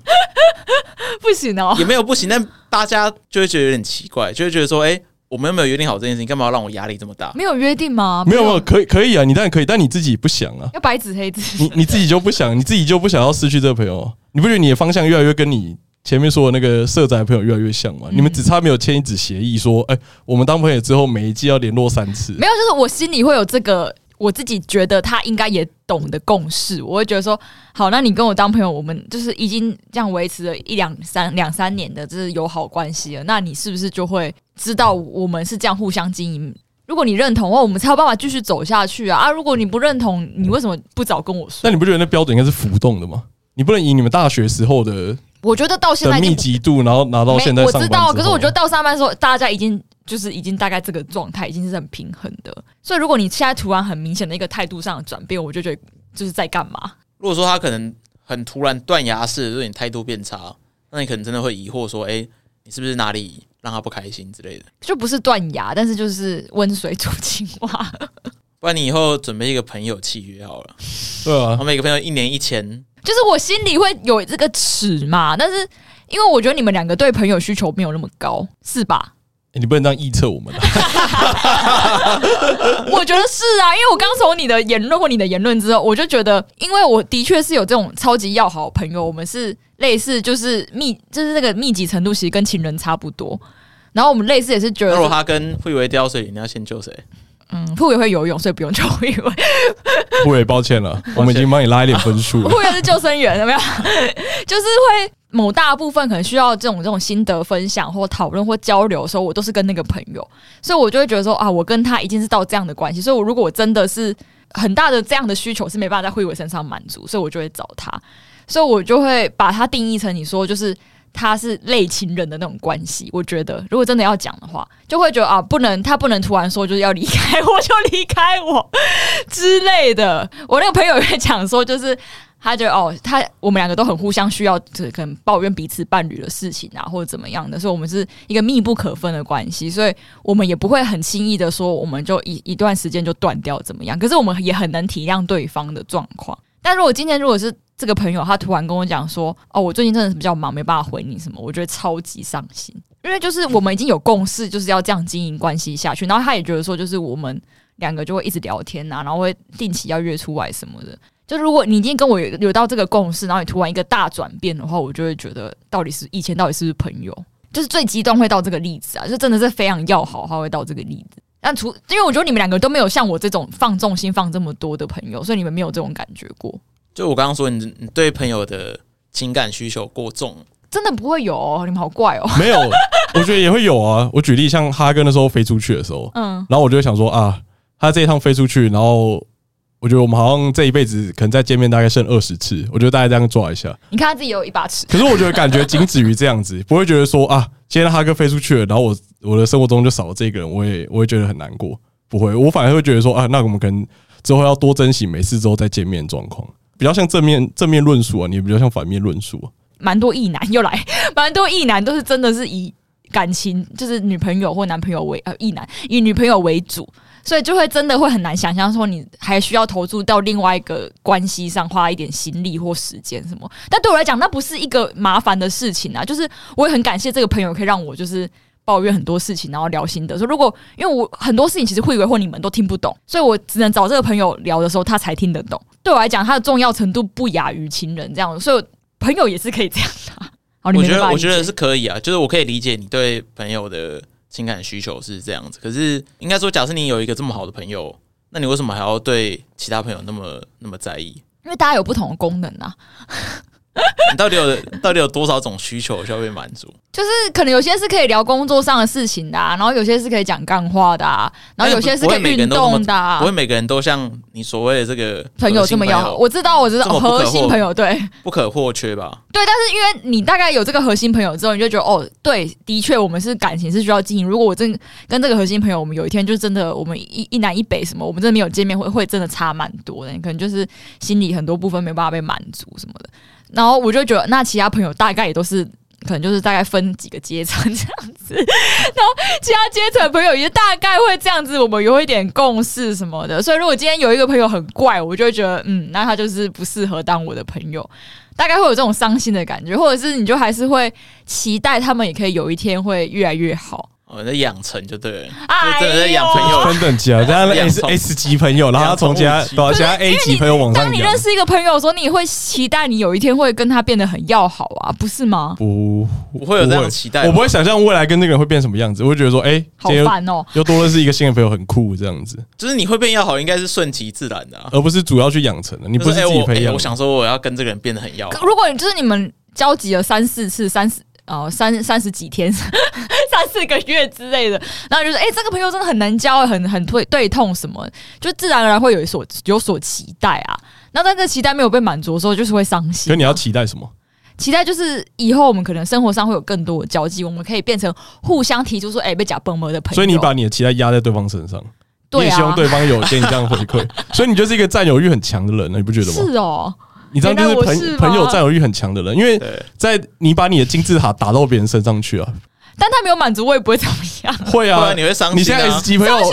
S1: 不行哦，
S3: *laughs* 也没有不行，但大家就会觉得有点奇怪，就会觉得说，哎、我们又没有约定好这件事情，干嘛要让我压力这么大？
S1: 没有约定吗？
S2: 没有没有，可以可以啊，你当然可以，但你自己不想啊，
S1: 要白纸黑字。
S2: 你你自己就不想，你自己就不想要失去这个朋友啊，你不觉得你的方向越来越跟你前面说的那个社宅朋友越来越像吗？
S1: 嗯
S2: 你们只差没有签一纸协议说，哎，我们当朋友之后每一季要联络三次
S1: 没，有，就是我心里会有这个，我自己觉得他应该也懂的共识，我会觉得说，好，那你跟我当朋友，我们就是已经这样维持了一两三两三年的就是友好关系了，那你是不是就会知道我们是这样互相经营？如果你认同的话，我们才有办法继续走下去啊！啊，如果你不认同，你为什么不早跟我说
S2: 那？你不觉得那标准应该是浮动的吗？你不能以你们大学时候的
S1: 我觉得到现在
S2: 的
S1: 已经
S2: 密集度，然后拿到
S1: 没
S2: 现在
S1: 我
S2: 上
S1: 知
S2: 班之后
S1: 道，可是我觉得到上班的时候，大家已经就是已经大概这个状态，已经是很平衡的。所以如果你现在突然很明显的一个态度上的转变，我就觉得就是在干嘛？
S3: 如果说他可能很突然断崖式地对你态度变差，那你可能真的会疑惑说，哎、你是不是哪里让他不开心之类的？
S1: 就不是断崖，但是就是温水煮青蛙。 *laughs*
S3: 不然你以后准备一个朋友契约好了，
S2: 对啊
S3: 我，每个朋友一年一千，
S1: 就是我心里会有这个尺嘛，但是因为我觉得你们两个对朋友需求没有那么高，是吧？
S2: 欸你不能这样臆测我们啊。
S1: *laughs* 我觉得是啊，因为我刚从你的言论或你的言论之后，我就觉得，因为我的确是有这种超级要好的朋友，我们是类似就是密，就是那个密集程度其实跟情人差不多。然后我们类似也是觉
S3: 那
S1: 得
S3: 如果
S1: 说，
S3: 他跟慧维掉水，你要先救谁？
S1: 嗯，傅也会游泳，所以不用救护员。
S2: 不伟，抱歉了，我们已经帮你拉一点分数
S1: *laughs*
S2: 了。
S1: 护员是救生员，有 *laughs* 没有？就是会某大部分可能需要这种这种心得分享或讨论或交流的时候，我都是跟那个朋友，所以我就会觉得说啊，我跟他已经是到这样的关系，所以我如果我真的是很大的这样的需求是没办法在慧伟身上满足，所以我就会找他，所以我就会把他定义成你说就是。他是类情人的那种关系，我觉得如果真的要讲的话，就会觉得啊，不能他不能突然说就是要离开我就离开我之类的。我那个朋友也讲说，就是他觉得哦，他我们两个都很互相需要，就是可能抱怨彼此伴侣的事情啊，或者怎么样的，所以我们是一个密不可分的关系，所以我们也不会很轻易的说我们就一一段时间就断掉怎么样。可是我们也很能体谅对方的状况。但如果今天如果是这个朋友，他突然跟我讲说，哦，我最近真的是比较忙，没办法回你什么，我觉得超级伤心，因为就是我们已经有共识，就是要这样经营关系下去。然后他也觉得说，就是我们两个就会一直聊天啊，然后会定期要约出来什么的。就如果你已经跟我有有到这个共识，然后你突然一个大转变的话，我就会觉得到底是以前到底是不是朋友，就是最极端会到这个例子啊，就真的是非常要好的话会到这个例子。但除因为我觉得你们两个都没有像我这种放重心放这么多的朋友，所以你们没有这种感觉过。
S3: 就我刚刚说，你你对朋友的情感需求过重，
S1: 真的不会有哦，你们好怪哦。
S2: 没有，我觉得也会有啊。我举例，像哈根那时候飞出去的时候，
S1: 嗯，
S2: 然后我就会想说啊，他这一趟飞出去，然后我觉得我们好像这一辈子可能再见面大概剩二十次，我觉得大概这样抓一下。
S1: 你看他自己有一把尺，
S2: 可是我觉得感觉仅止于这样子， *laughs* 不会觉得说啊，今天哈哥飞出去了，然后我我的生活中就少了这个人，我也我会觉得很难过。不会，我反而会觉得说啊，那我们可能之后要多珍惜每次之后再见面的状况，比较像正面正面论述啊，你比较像反面论述啊。
S1: 蛮多异男又来， *laughs* 蛮多异男都是真的是以感情，就是女朋友或男朋友为呃异男，以女朋友为主，所以就会真的会很难想象说你还需要投注到另外一个关系上花一点心力或时间什么。但对我来讲，那不是一个麻烦的事情啊，就是我也很感谢这个朋友可以让我就是。抱怨很多事情，然后聊心得。说如果因为我很多事情其实慧伟或你们都听不懂，所以我只能找这个朋友聊的时候，他才听得懂。对我来讲，他的重要程度不亚于情人这样，所以我朋友也是可以这样的
S3: *laughs*
S1: 啊。好，你
S3: 我
S1: 没
S3: 觉
S1: 办
S3: 得
S1: 法
S3: 我
S1: 理
S3: 觉
S1: 解
S3: 得是可以啊，就是我可以理解你对朋友的情感需求是这样子，可是应该说，假设你有一个这么好的朋友，那你为什么还要对其他朋友那么那么在意？
S1: 因为大家有不同的功能啊，
S3: 你到底有到底有多少种需求需要被满足？
S1: 就是可能有些是可以聊工作上的事情的、啊，然后有些是可以讲干话的、啊，然后有些是可以运动的、啊
S3: 不会。每个人都像你所谓的这个
S1: 朋友这么
S3: 核心
S1: 要
S3: 朋
S1: 好，我知道，我知道，
S3: 这么不可
S1: 核心
S3: 或
S1: 朋友对
S3: 不可或缺吧？
S1: 对，但是因为你大概有这个核心朋友之后，你就觉得哦，对，的确我们是感情是需要经营。如果我真跟这个核心朋友，我们有一天就真的我们一一南一北什么，我们真的没有见面，会会真的差蛮多的。你可能就是心里很多部分没有办法被满足什么的。然后我就觉得，那其他朋友大概也都是。可能就是大概分几个阶层这样子，然后其他阶层朋友也大概会这样子，我们有一点共识什么的。所以如果今天有一个朋友很怪，我就会觉得，嗯，那他就是不适合当我的朋友。大概会有这种伤心的感觉，或者是你就还是会期待他们也可以有一天会越来越好。
S3: 哦，在养成就对了，
S1: 哎呦
S3: 就真的在养朋友。
S2: 分等级啊，但他
S3: 两
S2: S
S3: 重
S2: S 级朋友，然后他从其他
S3: 两重
S2: 对啊其他 A 级朋友往
S1: 当
S2: 上
S1: 你
S2: 扬
S1: 认，识一个朋友的时候，你也会期待你有一天会跟他变得很要好啊，不是吗？
S2: 不
S3: 不会有这样的期待吧
S2: 我不会想象未来跟那个人会变什么样子，我会觉得说，哎，
S1: 好
S2: 今天又
S1: 烦哦、
S2: 又多认识一个新的朋友，很酷这样子，
S3: 就是你会变要好，应该是顺其自然的、啊。
S2: 而不是主要去养成的，你不
S3: 就是哎
S2: 自己
S3: 我
S2: 培
S3: 哎
S2: 养
S3: 我。想说我要跟这个人变得很要好，
S1: 如果你就是你们交集了三四次，三四。哦，三三十几天， *laughs* 三四个月之类的，然后就是，哎、这个朋友真的很难交，很很对对痛什么，就自然而然会有所有所期待啊。那但这期待没有被满足的时候，就是会伤心
S2: 可。你要期待什么？
S1: 期待就是以后我们可能生活上会有更多的交际，我们可以变成互相提出说，哎、被假蹦蹦的朋友。
S2: 所以你把你的期待压在对方身上，你
S1: 对
S2: 也希望
S1: 啊，
S2: 对方有给你这样回
S1: *laughs*
S2: 馈，所以你就是一个占有欲很强的人了，你不觉得吗？
S1: 是哦，
S2: 你这样就是
S1: 原来我是
S2: 朋
S1: 吗
S2: 朋友占有欲很强的人，因为
S3: 对，
S2: 在你把你的金字塔打到别人身上去啊，
S1: 但他没有满足我也不会怎么样。 *laughs*
S2: 会
S3: 不
S2: 啊，
S3: 然你 *laughs* 会伤
S2: 你
S3: 心
S2: 现在
S3: 啊
S2: S。级朋友
S1: 伤，心又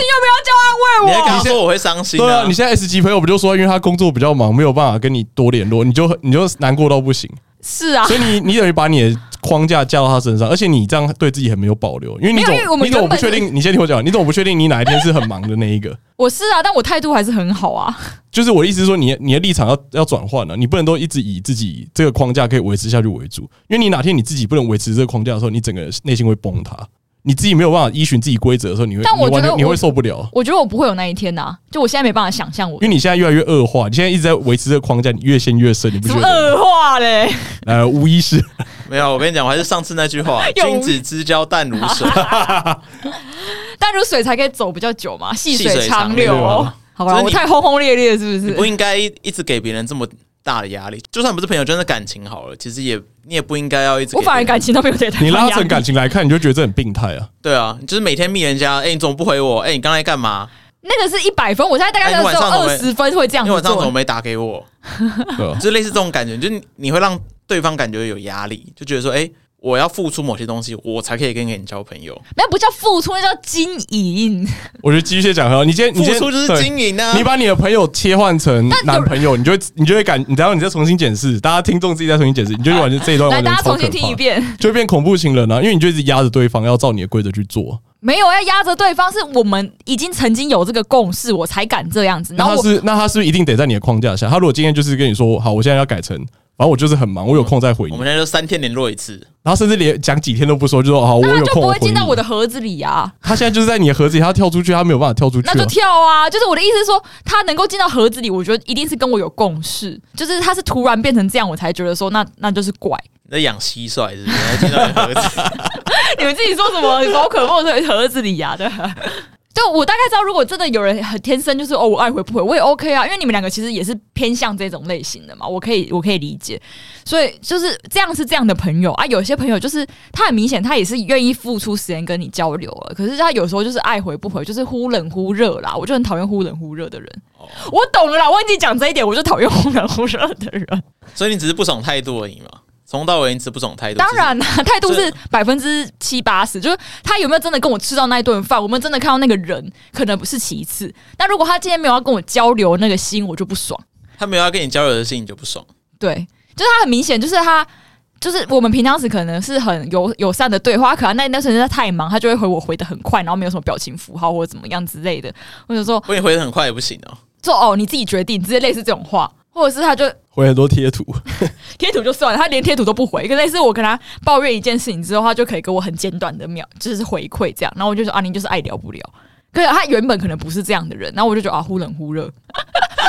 S3: 你
S1: 没有
S3: 还
S1: 叫安慰
S3: 跟他
S1: 我，
S3: 说我会伤心、
S2: 对啊，你现在 S 级朋友不就说，因为他工作比较忙，没有办法跟你多联络，你就你就难过到不行，
S1: 是啊。
S2: *laughs* 所以你你等于把你的框架架到他身上，而且你这样对自己很没有保留，因为
S1: 没
S2: 你
S1: 有因为我
S2: 总
S1: 们
S2: 你总
S1: 原
S2: 不
S1: 本
S2: 确定，你先听我讲，你总不确定你哪一天是很忙的那一个。 *laughs*
S1: 我是啊，但我态度还是很好啊。
S2: 就是我的意思是说你，你的立场要要转换了，你不能都一直以自己这个框架可以维持下去为主，因为你哪天你自己不能维持这个框架的时候，你整个内心会崩塌，你自己没有办法依循自己规则的时候，你会，
S1: 但我
S2: 你完
S1: 觉得
S2: 全
S1: 我
S2: 你会受不了，
S1: 我觉得我不会有那一天呐、就我现在没办法想象我
S2: 因为你现在越来越恶化，你现在一直在维持这个框架，你越陷越深，你不
S1: 什 *laughs*
S2: 觉
S1: 么
S2: 得？
S1: 恶化嘞。
S2: 呃，无疑是，
S3: 没有，我跟你讲，我还是上次那句话：
S1: 有
S3: 君子之交淡如
S1: *laughs*
S3: 水。
S1: 淡如水才可以走比较久嘛，细
S3: 细水
S1: 水长
S3: 长
S1: 流。
S2: 流啊
S1: 好吧，
S3: 就是你
S1: 我太轰轰烈烈是不
S3: 你
S1: 是？
S3: 不应该一直给别人这么大的压力，就算不是朋友，真的感情好了，其实也你也不应该要一直给别
S1: 我
S3: 人。
S1: 反而感情都没有对他。
S2: 你拉成感情来看，你就觉得这很病态啊！
S3: 对啊，你就是每天密人家，哎、你怎么不回我？哎、你刚才干嘛？
S1: 那个是一百分，我现在大概
S3: 哎你
S1: 只
S3: 晚
S1: 有
S3: 上怎么
S1: 二
S3: 没
S1: 十分会这样
S3: 你
S1: 子
S3: 晚上怎
S1: 做
S3: 么。没打给我？
S2: *laughs* 对啊
S3: 就是类似这种感觉，就是你会让对方感觉有压力，就觉得说，哎、我要付出某些东西，我才可以跟你交朋友。
S1: 那不叫付出，那叫经营。
S2: 我觉得巨蟹讲很好，你今天
S3: 付
S2: 你今天
S3: 出就是
S2: 对
S3: 经营啊！
S2: 你把你的朋友切换成
S1: 嗯但有
S2: 男朋友，你就会你就会感，你然后你再重新检视，大家听众自己再重新检视，你就会完全这一段
S1: 来，
S2: 完
S1: *laughs*
S2: 全
S1: 大家
S2: 超
S1: 重
S2: 可
S1: 新听
S2: 怕
S1: 一。遍。
S2: 就会变恐怖情人啊，因为你就一直压着对方要照你的规则去做。
S1: 没有要压着对方，是我们已经曾经有这个共识，我才敢这样子。
S2: 那
S1: 然后
S2: 他
S1: 我
S2: 是那他是不是一定得在你的框架下？他如果今天就是跟你说，好，我现在要改成，反正我就是很忙，我有空再回你
S3: 我。们现在就三天联络一次，
S2: 然后甚至连讲几天都不说，就说好，我
S1: 那
S2: 有
S1: 他就
S2: 空
S1: 不
S2: 我
S1: 会
S2: 回
S1: 进
S2: 你
S1: 到。我的盒子里啊，
S2: 他现在就是在你的盒子里，他要跳出去，他没有办法跳出去、
S1: 那就
S2: 啊。
S1: 跳啊！就是我的意思是说，他能够进到盒子里，我觉得一定是跟我有共识，就是他是突然变成这样，我才觉得说那那就是怪。
S3: 你在养蟋蟀是不是？然后进到你
S2: *laughs*
S3: 盒子，
S1: *laughs* 你们自己说什么宝可梦在盒子里呀、对的。就我大概知道，如果真的有人很天生就是哦，我爱回不回，我也 OK 啊，因为你们两个其实也是偏向这种类型的嘛，我可以我可以理解。所以就是这样是这样的朋友啊，有些朋友就是他很明显他也是愿意付出时间跟你交流了，可是他有时候就是爱回不回，就是忽冷忽热啦，我就很讨厌忽冷忽热的人。我懂了啦，忘记讲这一点，我就讨厌忽冷忽热的人。
S3: 所以你只是不爽态度而已嘛，从头到尾你只是不爽态度。
S1: 当然啦、啊态度
S3: 这
S1: 是百分之七八十，就是他有没有真的跟我吃到那一顿饭，我们真的看到那个人，可能不是其次。但如果他今天没有要跟我交流那个心，我就不爽。
S3: 就是他没有要跟你交流的事情你就不
S1: *laughs* 啊
S3: 爽，
S1: 对，就是他很明显，就是他。就是我们平常时可能是很友友善的对话，可能那那时候他太忙，他就会回我回的很快，然后没有什么表情符号或者怎么样之类的，或者说
S3: 我也回的很快也不行哦、
S1: 说哦你自己决定之类类似这种话，或者是他就
S2: 回很多贴图，
S1: 贴图就算了，他连贴图都不回。可类似我跟他抱怨一件事情之后，他就可以给我很简短的秒，就是回馈这样。然后我就说啊，你就是爱聊不聊。可是他原本可能不是这样的人，然后我就觉得啊，忽冷忽热。 *laughs*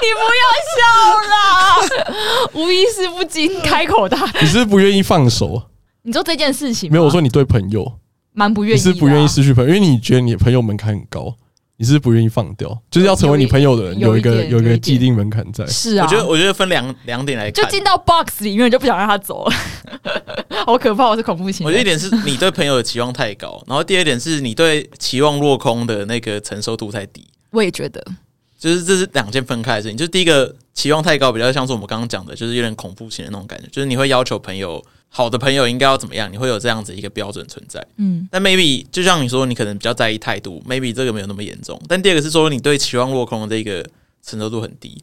S1: 你不要笑啦，无一事不经开口的。
S2: 你是不是不愿意放手？
S1: 你说这件事情吗
S2: 没有，我说你对朋友，
S1: 蛮不愿
S2: 你
S1: 意的啊，
S2: 是不愿意失去朋友，因为你觉得你的朋友门槛很高，你是不愿意放掉，就是要成为你朋友的人
S1: 有
S2: 有
S1: 一
S2: 一
S1: 有
S2: 个有
S1: 一点
S2: 一
S1: 有
S2: 个
S1: 一点
S2: 既定门槛在。
S1: 是啊，
S3: 我觉得我觉得分两两点来
S1: 就
S3: 看，
S1: 进到 box 里面就不想让他走了，好可怕，我是恐怖情
S3: 我觉得一
S1: 人。
S3: 点是你对朋友的期望太高，然后第二点是你对期望落空的那个承受度太低，
S1: 我也觉得，
S3: 就是这是两件分开的事情。就是第一个期望太高，比较像是我们刚刚讲的，就是有点恐怖型的那种感觉，就是你会要求朋友好的朋友应该要怎么样，你会有这样子一个标准存在。
S1: 嗯，
S3: 但 maybe 就像你说，你可能比较在意态度，maybe 这个没有那么严重。但第二个是说，你对期望落空的这个承受度很低，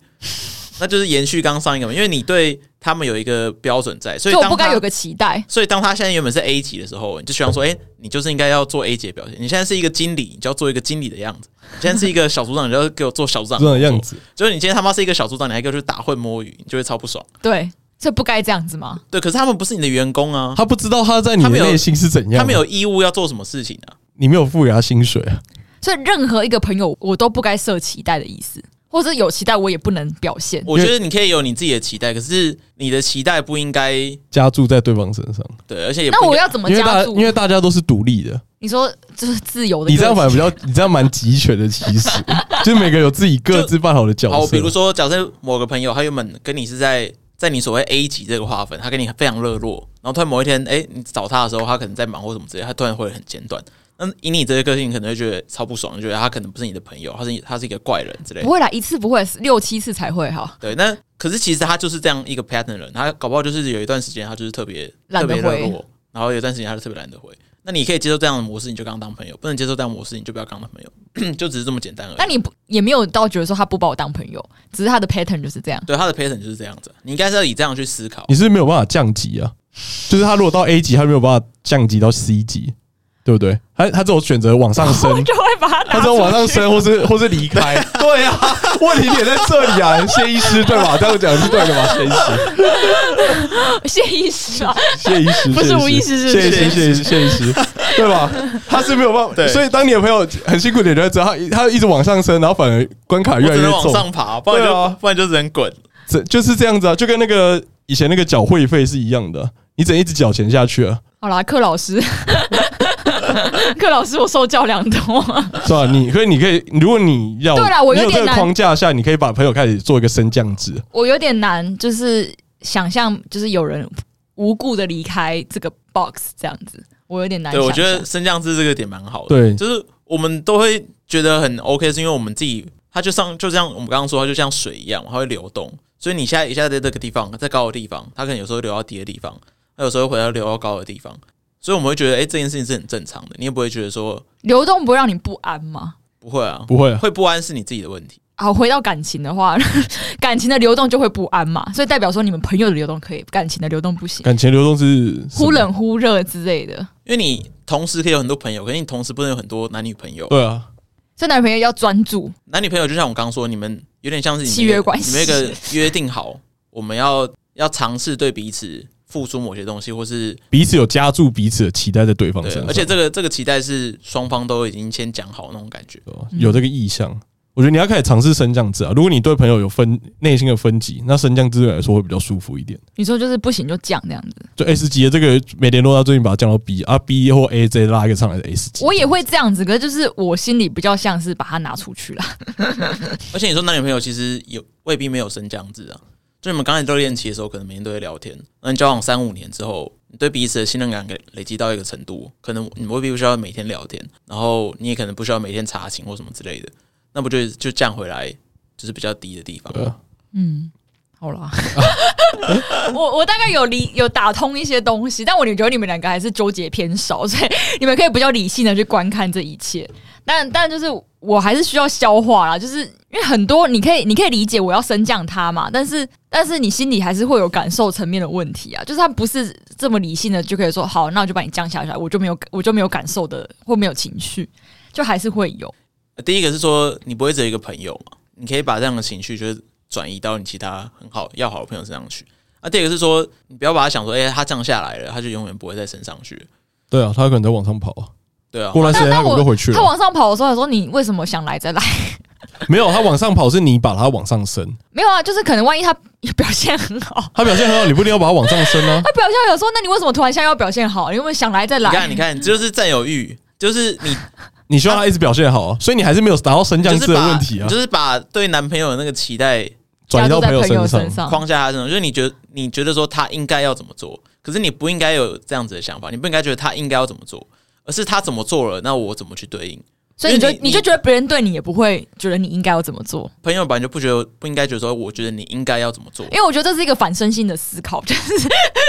S3: 那就是延续刚上一个嘛，因为你对他们有一个标准在，所以
S1: 就我
S3: 当
S1: 不该
S3: 他
S1: 有个期待。
S3: 所以当他现在原本是 A 级的时候，你就
S2: *laughs*
S3: 希望说，哎、你就是应该要做 A 级的表现。你现在是一个经理，你就要做一个经理的样子；你现在是一个小组长，你就要给我做小组长
S2: 这种样
S3: 工作。
S2: 子，
S3: 就是你今天他妈是一个小组长，你还给我去打混摸鱼，你就会超不爽。
S1: 对，这不该这样子吗？
S3: 对，可是他们不是你的员工啊，
S2: 他不知道他在你的
S3: 他没有
S2: 内心是怎样，
S3: 他们有义务要做什么事情啊？
S2: 你没有付给他薪水啊，
S1: 所以任何一个朋友，我都不该设期待的意思，或者有期待我也不能表现。
S3: 我觉得你可以有你自己的期待，可是你的期待不应该
S2: 加注在对方身上，
S3: 对，而且也不
S1: 那
S3: 应
S1: 我
S3: 该
S1: 要怎么
S2: 因为
S1: 加
S2: 大
S1: 注
S2: 因？为大家都是独立的，
S1: 你说就是自由的个体，
S2: 你这样反而比较，你这样蛮集权的，其
S1: *laughs*
S2: 实就是每个有自己各自扮好的角
S3: 好，
S2: 色。
S3: 比如说，假设某个朋友他原本跟你是在在你所谓 A 级这个划分，他跟你非常热络，然后突然某一天，哎、你找他的时候，他可能在忙或什么之类，他突然回得很简短。那以你这个个性，可能会觉得超不爽，就觉得他可能不是你的朋友，他是你他是一个怪人之类
S1: 不。会啦，一次不会，六七次才会哈。
S3: 对，那可是其实他就是这样一个 pattern 人，他搞不好就是有一段时间他就是特别
S1: 懒
S3: 特
S1: 得
S3: 别
S1: 回
S3: 热络，然后有一段时间他就特别懒得回。那你可以接受这样的模式，你就跟他当朋友；不能接受这样的模式，你就不要跟他当朋友， *clears throat* 就只是这么简单而已。
S1: 那你不也没有到觉得说他不把我当朋友，只是他的 pattern 就是这样。，
S3: 对他的 pattern 就是这样子，你应该是要以这样去思考。
S2: 你是没有办法降级啊，就是他如果到 A 级，他没有办法降级到 C 级，对不对？他他只有选择往上
S1: *laughs*
S2: 升
S1: 就会把 *laughs* 他
S2: 他只有往上升，或是或是离开。 *laughs* 对啊，问题点在这里啊，
S1: *laughs*
S2: 谢医师对吧？这样讲是对的吧？谢医师，
S1: 谢医师啊，
S2: 谢医师，
S1: 不是
S2: 谢
S1: 吴医师是
S2: 谢医
S1: 谢
S2: 师，谢医师，谢医师，对吧？他是没有办法，
S3: 对
S2: 所以当你的朋友很辛苦的，你就会知道他他一直往上升，然后反而关卡越
S3: 我
S2: 来
S3: 只
S2: 越
S3: 能往
S2: 重，
S3: 上爬，不然
S2: 对
S3: 就、
S2: 啊
S3: 不然就只能滚。
S2: 这就是这样子啊，就跟那个以前那个缴会费是一样的，你只能一直缴钱下去啊。
S1: 好啦，柯老师， *laughs* 柯老师，我受教良多。
S2: 是吧？你可以，你可以，如果你要，
S1: 对啦我有
S2: 你有
S1: 点
S2: 这个
S1: 难
S2: 框架下，你可以把朋友开始做一个升降值。
S1: *laughs* 我有点难，就是想象，就是有人无故的离开这个 box 这样子，我有点难
S3: 对，
S1: 想象。
S3: 我觉得升降制这个点蛮好的。
S2: 对
S3: 就是我们都会觉得很 OK，是因为我们自己，它就像就像我们刚刚说，它就像水一样，它会流动。所以你现在一下在这个地方，在高的地方，它可能有时候流到低的地方，它有时候回到流到高的地方。所以我们会觉得，哎、这件事情是很正常的，你也不会觉得说
S1: 流动不会让你不安吗？
S3: 不会啊，
S2: 不会啊，
S3: 会不安是你自己的问题。
S1: 好，回到感情的话， *laughs* 感情的流动就会不安嘛，所以代表说你们朋友的流动可以，感情的流动不行，
S2: 感情流动是什么
S1: 忽冷忽热之类的。
S3: 因为你同时可以有很多朋友，可是你同时不能有很多男女朋友。
S2: 对啊，
S1: 所以男朋友要专注，
S3: 男女朋友就像我刚刚说，你们有点像是你们
S1: 契约关系
S3: 你们有一个约定好，我们要要尝试对彼此付出某些东西，或是
S2: 彼此有加注彼此的期待在对方
S3: 对
S2: 身，上，
S3: 而且这个这个期待是双方都已经先讲好那种感觉。
S2: 对吧有这个意向。我觉得你要开始尝试升降制啊！如果你对朋友有分内心的分级，那升降制对来说会比较舒服一点。
S1: 你说就是不行就降这样子，
S2: 就 S 级的这个没联络到，最近把它降到 B 啊，B 或 A 再拉一个上来的 S 级。
S1: 我也会这样子，可是就是我心里比较像是把它拿出去了。
S3: 而且你说男女朋友其实有未必没有升降制啊，就你们刚开始热恋期的时候，可能每天都会聊天，那你交往三五年之后，你对彼此的信任感给累积到一个程度，可能你未必不需要每天聊天，然后你也可能不需要每天查寝或什么之类的，那不就就降回来，就是比较低的地方。
S2: 对啊
S1: 嗯，好啦， *laughs* 我我大概有理有打通一些东西，但我觉得你们两个还是纠结偏少，所以你们可以比较理性的去观看这一切。但但就是我还是需要消化啦，就是因为很多你可以你可以理解我要升降他嘛，但是但是你心里还是会有感受层面的问题啊，就是他不是这么理性的就可以说好，那我就把你降下来，我就没有我就没有感受的或没有情绪，就还是会有。
S3: 第一个是说你不会只有一个朋友嘛，你可以把这样的情绪就是转移到你其他很好要好的朋友身上去。啊，第二个是说你不要把他想说，哎、他降下来了，他就永远不会再升上去了。
S2: 对啊，他可能在往上跑啊，
S3: 对啊，
S2: 过段时间
S1: 但
S2: 他
S1: 但
S2: 可能
S1: 我
S2: 就回去
S1: 他
S2: 了。
S1: 往上跑的时候，他说你为什么想来再 *laughs* 来？
S2: 没有，他往上跑是你把他往上升，
S1: 没有啊，就是可能万一他 *laughs* 表现很好，
S2: 他表现很好，你不一定要把他往上升啊。
S1: 他表现有时候，那你为什么突然现在要表现好？你有没有想来再
S3: 你
S1: 来？
S3: 看，你看，就是占有欲，就是
S2: *laughs*
S3: 你
S2: 你希望他一直表现好啊，所以你还是没有达到升降
S3: 就
S2: 制
S3: 是
S2: 的
S3: 把
S2: 问题啊
S3: 你，就是把对男朋友的那个期待
S2: 转移到
S1: 加注在
S2: 友
S1: 朋友
S2: 身
S1: 身。上。
S3: 框架他身上，就是你觉得你觉得说他应该要怎么做，可是你不应该有这样子的想法，你不应该觉得他应该要怎么做，而是他怎么做了，那我怎么去对应？
S1: 所以你就
S3: 因为
S1: 你就觉得别人对你也不会觉得你应该要怎么做，
S3: 朋友本来就不觉得不应该觉得说，我觉得你应该要怎么做
S1: 因，为我觉得这是一个反身性的思考， *laughs* 就是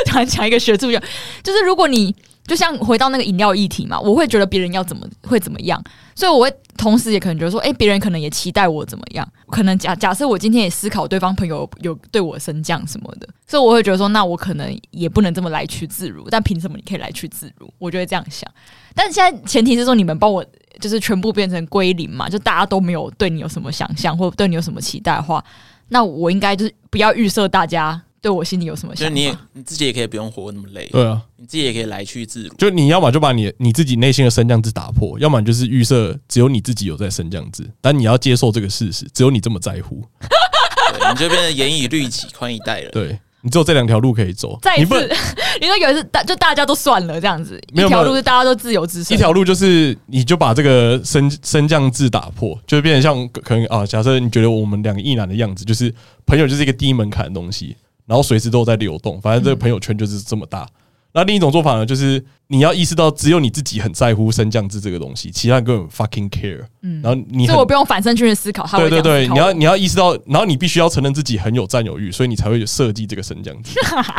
S1: 突然讲一个学术就就是如果你就像回到那个饮料议题嘛，我会觉得别人要怎么会怎么样，所以我会同时也可能觉得说，哎、别人可能也期待我怎么样，可能假假设我今天也思考对方朋友有对我升降什么的，所以我会觉得说，那我可能也不能这么来去自如，但凭什么你可以来去自如？我就会这样想，但现在前提是说你们帮我。就是全部变成归零嘛，就大家都没有对你有什么想象，或对你有什么期待的话，那我应该就是不要预设大家对我心里有什么
S3: 就
S1: 想
S3: 是
S1: 法。
S3: 你也你自己也可以不用活那么累，
S2: 对啊，
S3: 你自己也可以来去自如。
S2: 就你要么就把你你自己内心的升降制打破，要么你就是预设只有你自己有在升降制，但你要接受这个事实，只有你这么在乎。
S3: 对，你就变得严以律己，宽以待人。
S2: 对你只有这两条路可以走
S1: 再，一
S2: 你不
S1: 次， *laughs* 你说有一次大就大家都算了这样子，一
S2: 没有
S1: 条
S2: 没有
S1: 路是大家都自由之身，
S2: 一条路就是你就把这个升升降制打破，就变成像可能啊，假设你觉得我们两个异男的样子，就是朋友就是一个低门槛的东西，然后随时都在流动，反正这个朋友圈就是这么大。那另一种做法呢，就是你要意识到只有你自己很在乎升降制这个东西，其他人根本 fucking care。嗯，然后你
S1: 所
S2: 很
S1: 以我不用反身去思考，他
S2: 对
S1: 会这样
S2: 对
S1: 思考
S2: 对，你要
S1: 我
S2: 你要意识到，然后你必须要承认自己很有占有欲，所以你才会设计这个升降制。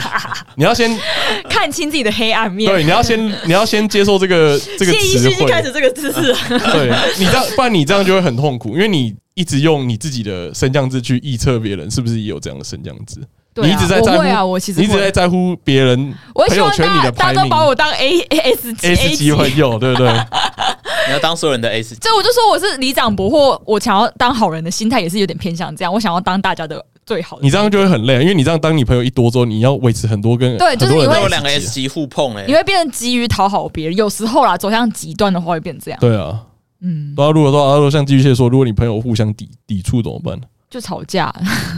S2: *laughs* 你
S1: *laughs*
S2: 要先
S1: 看清自己的黑暗面。
S2: 对，你要先你要先接受这个这个
S1: 谢医
S2: 词
S1: 师已
S2: 汇
S1: 经。开始这个姿势了，
S2: *laughs* 对你这样，不然你这样就会很痛苦，因为你一直用你自己的升降制去臆测别人是不是也有这样的升降制，
S1: 对
S2: 你一直在在
S1: 啊
S2: 乎
S1: 我会啊，我其实
S2: 你一直
S1: 会
S2: 在在乎别人
S1: 我
S2: 朋
S1: 希
S2: 友
S1: 望
S2: 圈里
S1: 大家
S2: 的
S1: 大家
S2: 排
S1: 都
S2: 名
S1: 把我当 A A S 级
S2: S 级朋友，对不对？
S3: 你要当所有人的 S 级。
S1: 所以我就说我是李长博，或我想要当好人的心态也是有点偏向这样，我想要当大家的最好的。
S2: 你这样就会很累，因为你这样当你朋友一多之后，你要维持很多跟
S1: 对就是
S2: 很多
S1: 你会
S2: 人的
S3: 那有两个
S2: S
S3: S
S2: 级
S3: 级互碰哎、
S1: 你会变得急于讨好别人，有时候啦，走向极端的话会变这样，
S2: 对啊。
S1: 嗯，
S2: 对啊，如果说啊，如果像巨蟹说，如果你朋友互相抵抵触怎么办？
S1: 就吵架，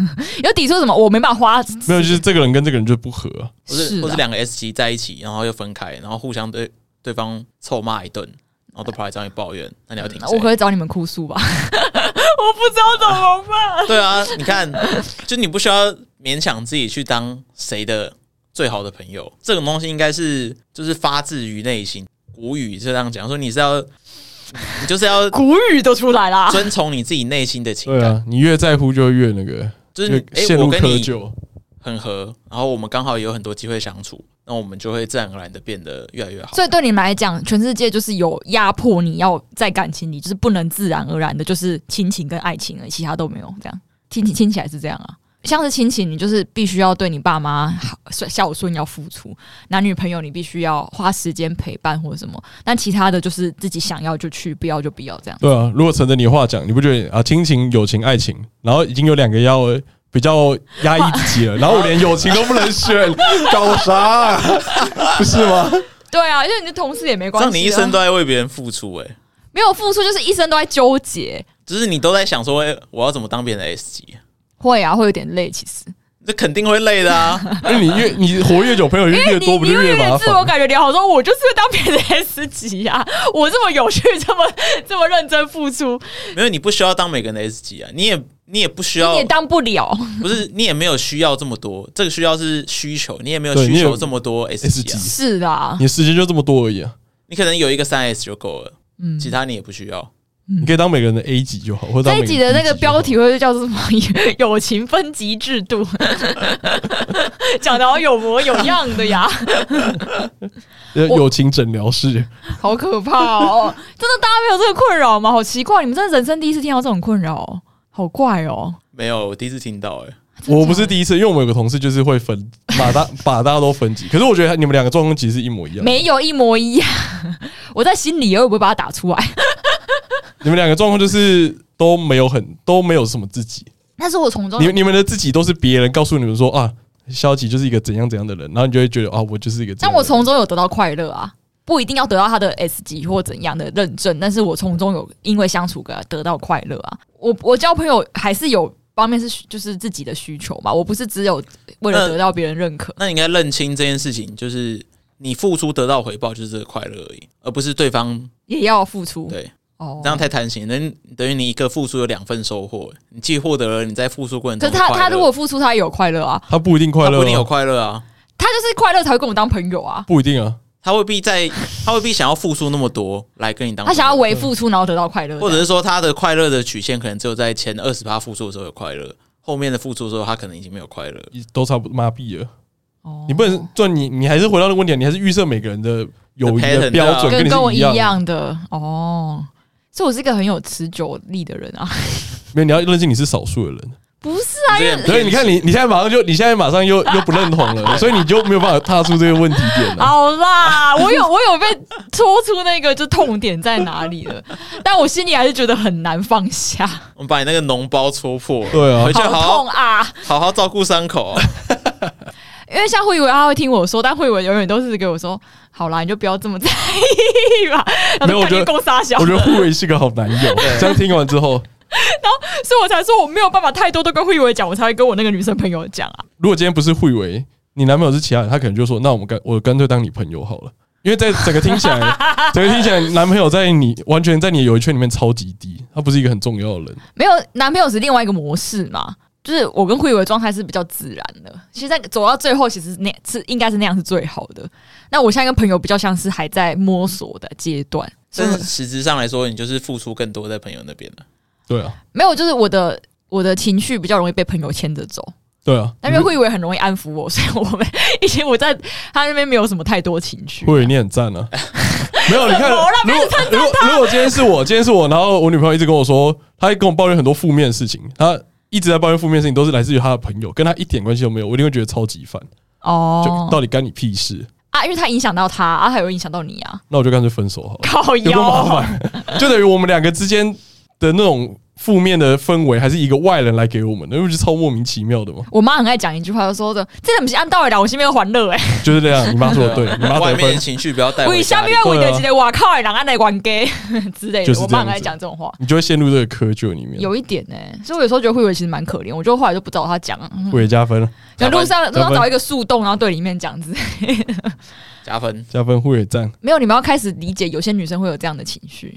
S1: *laughs* 有抵触什么？我没办法花，
S2: *laughs* 没有，就是这个人跟这个人就不合啊、
S3: 或是
S1: 是
S3: 或是
S1: 啊
S3: 两个 S 级在一起，然后又分开，然后互相对对方臭骂一顿，然后都跑来找你抱怨，那你要听谁
S1: 嗯我可以找你们哭
S2: *laughs*
S1: 诉吧？ *laughs* 我不知道怎么办。
S3: 对啊，你看， *laughs* 就你不需要勉强自己去当谁的最好的朋友，这种东西应该是就是发自于内心。古语是这样讲，说你是要，你就
S1: *laughs*
S3: 是要
S1: 古语都出来啦，
S3: 遵从你自己内心的情
S2: 对
S3: 感，
S2: 啊，你越在乎就越那个，
S3: 就是
S2: 越
S3: 哎、诶
S2: 陷
S3: 我
S2: 入
S3: 跟
S2: 窠
S3: 你
S2: 臼。
S3: 很合，然后我们刚好也有很多机会相处，那我们就会自然而然的变得越来越好。
S1: 所以对你们来讲，全世界就是有压迫，你要在感情里就是不能自然而然的，就是亲情跟爱情而已，其他都没有。这样听听听起来是这样啊。像是亲情，你就是必须要对你爸妈好孝顺，要付出；男女朋友，你必须要花时间陪伴或者什么。但其他的就是自己想要就去，不要就不要这样。
S2: 对啊，如果乘着你的话讲，你不觉得啊，亲情、友情、爱情，然后已经有两个要比较压抑
S1: *laughs*
S2: 自己了，然后我连友情都不能选，搞啥、不 *laughs* 是吗？
S1: 对啊，因为你的同事也没
S3: 这
S1: 关系、啊，
S3: 样你一生都在为别人付出、欸，哎，
S1: 没有付出，就是一生都在纠结。
S3: 只是你都在想说，哎、我要怎么当别人的 S 级？
S1: 会啊，会有点累，其实。
S3: 这肯定会累的
S1: *laughs*
S3: 啊！
S2: 因为你越你活越久，朋友就越多，不
S1: 你
S2: 就
S1: 哎你
S2: 越
S1: 有点
S2: 麻
S1: 自我
S2: 烦？
S1: 感觉良好，说我就是会当别人的 S 级啊， *laughs* 我这么有趣，这么这么认真付出，
S3: 没有，你不需要当每个人的 S 级啊，你也你也不需
S1: 你
S3: 要
S1: 也，当不了。
S3: 不是你也没有需要这么多，这个需要是需求，你也没有
S2: 对
S3: 需
S2: 你也
S3: 求这么多 S 级
S2: S
S3: 啊，
S2: 级
S1: 是的啊，
S2: 你时间就这么多而已啊，
S3: 你可能有一个三 S 就够了，
S1: 嗯，
S3: 其他你也不需要。
S2: 你可以当每个人的 A 级就好，或者当
S1: 这
S2: 每
S1: 一
S2: 个
S1: 集
S2: 人
S1: 的那个
S2: B 级就好
S1: 标题会叫做什么？ *laughs* 友情分级制度， *laughs* 讲的好有模有样的呀，
S2: 呃
S1: 我
S2: 友情诊疗室，
S1: *laughs* 好可怕哦！真的，大家没有这个困扰吗？好奇怪，你们真的人生第一次听到这种困扰哦，好怪哦！
S3: 没有，我第一次听到、欸，哎，
S1: 真的
S2: 我不
S1: 假
S2: 是
S1: 的
S2: 第一次，因为我们有个同事就是会分 *laughs* 把大把大家都分级，可是我觉得你们两个状况其实是一模一样的，
S1: 没有一模一样， *laughs* 我在心里，我也不会把它打出来。
S2: 你们两个状况就是都没有很都没有什么自己，
S1: 但是我从中
S2: 你你们的自己都是别人告诉你们说啊，肖吉就是一个怎样怎样的人，然后你就会觉得啊，我就是一个这
S1: 但
S2: 样的
S1: 我
S2: 人。
S1: 从中有得到快乐啊，不一定要得到他的 S 级或怎样的认证，但是我从中有因为相处跟他得到快乐啊。我我交朋友还是有方面是需就是自己的需求嘛，我不是只有为了
S3: 那
S1: 得到别人认可。
S3: 那你应该认清这件事情，就是你付出得到回报就是这个快乐而已，而不是对方
S1: 也要付出
S3: 对
S1: 哦
S3: 这，样太贪心，等于等于你一个付出有两份收获，你既获得了你在付出过程
S1: 可
S3: 中
S1: 是
S3: 的
S1: 他
S3: 快乐
S1: 他如果付出，他也有快乐啊，
S2: 他不一定快
S3: 他
S2: 乐、
S3: 不一定有
S2: 啊，
S3: 快乐啊，
S1: 他就是快乐才会跟我当朋友啊，
S2: 不一定啊，
S3: 他未必在，他未必想要付出那么多来跟你当朋
S1: 他
S3: 友，
S1: 想要为付出然后得到快乐，
S3: 嗯或者是说他的快乐的曲线可能只有在前二十趴付出的时候有快乐，后面的付出的时候他可能已经没有快乐了。
S2: 都差不多麻痹了。
S1: 哦
S2: 你不能，就你你还是回到那个问题啊，你还是预设每个人的友谊
S3: The
S2: 的
S3: pattern，
S2: 标准
S3: 对啊
S1: 跟
S2: 你
S1: 跟我
S2: 是
S1: 一
S2: 样的，
S1: 样的哦，所以我是一个很有持久力的人啊，
S2: 没有你要认清你是少数的人。
S1: 不是啊，因为
S3: 对
S2: 所以你看你你现在马上就你现在马上又又不认同
S1: *laughs*
S2: 了，所以你就没有办法踏出这个问题点了。
S1: 好啦，我有我有被戳出那个就痛点在哪里了，但我心里还是觉得很难放下，
S3: 我们把你那个脓包戳破了，
S2: 对啊
S3: 回去好
S1: 好
S3: 好
S1: 痛啊！
S3: 好好照顾伤口、啊。
S1: 因为像慧伟他会听我说，但慧伟永远都是给我说：“好啦，你就不要这么在意吧。”然
S2: 没有
S1: 后
S2: 我觉得
S1: 够傻 *laughs* 小，
S2: 我
S1: 所
S2: 觉得互为是个好男友。这样听完之后，
S1: 以我才说我没有办法太多都跟慧伟讲，我才会跟我那个女生朋友讲啊。
S2: 如果今天不是慧为，你男朋友是其他人，他可能就说：“那我们干，我干脆当你朋友好了。”因为在整个听起来，整个听起来，男朋友在你完全在你的友谊圈里面超级低，他不是一个很重要的人。
S1: 没有男朋友是另外一个模式嘛，就是我跟慧伟的状态是比较自然的。其实，在走到最后，其实那是应该是那样是最好的。那我现在跟朋友比较像是还在摸索的阶段，所以
S3: 但是实质上来说，你就是付出更多在朋友那边了。
S2: 对啊，
S1: 没有，就是我的我的情绪比较容易被朋友牵着走，
S2: 对啊。
S1: 但因为慧伟很容易安抚我， *laughs* 所以我们以前我在他那边没有什么太多情绪。
S2: 慧为你很赞啊， *laughs* 没有你看，
S1: 怎么了
S2: 如果如果如果今天是我，今天是我，然后我女朋友一直跟我说，她跟我抱怨很多负面的事情，她一直在抱怨负面的事情都是来自于她的朋友，跟她一点关系都没有，我一定会觉得超级烦。就
S1: 哦
S2: 到底干你屁事？
S1: 啊，因为他影响到他啊，他有影响到你啊，
S2: 那我就干脆分手好了。
S1: 靠
S2: 哦有多麻
S1: 腰。
S2: 烦？就等于我们两个之间的那种负面的氛围，还是一个外人来给我们的，那不是超莫名其妙的吗？
S1: 我妈很爱讲一句话，就说的这怎么是按道理来我心边欢乐哎、
S2: 就是这样，你妈说的
S3: *laughs*
S2: 对，
S3: 啊
S2: 你妈
S3: 外
S2: 得
S3: 面
S2: 分
S3: 的。情绪不要带
S1: 我
S3: 回
S1: 以下
S3: 家里
S1: 面。我
S2: 对
S1: 的
S2: 啊
S1: 几个哇靠，人家来玩 gay *laughs* 之类
S2: 就
S1: 的，
S2: 是
S1: 我
S2: 这
S1: 妈
S2: 样
S1: 很爱
S2: 子
S1: 讲这种话，
S2: 你就会陷入这个窠臼里面，
S1: 有一点呢、所以我有时候觉得慧伟其实蛮可怜，我就后来就不找他讲，嗯
S2: 会加分，
S1: 可能路上路上
S2: 加
S1: 找
S2: 分
S1: 一个树洞，然后对里面讲之类的
S3: 加分，
S2: 加分会赞，
S1: *laughs* 没有，你们要开始理解，有些女生会有这样的情绪，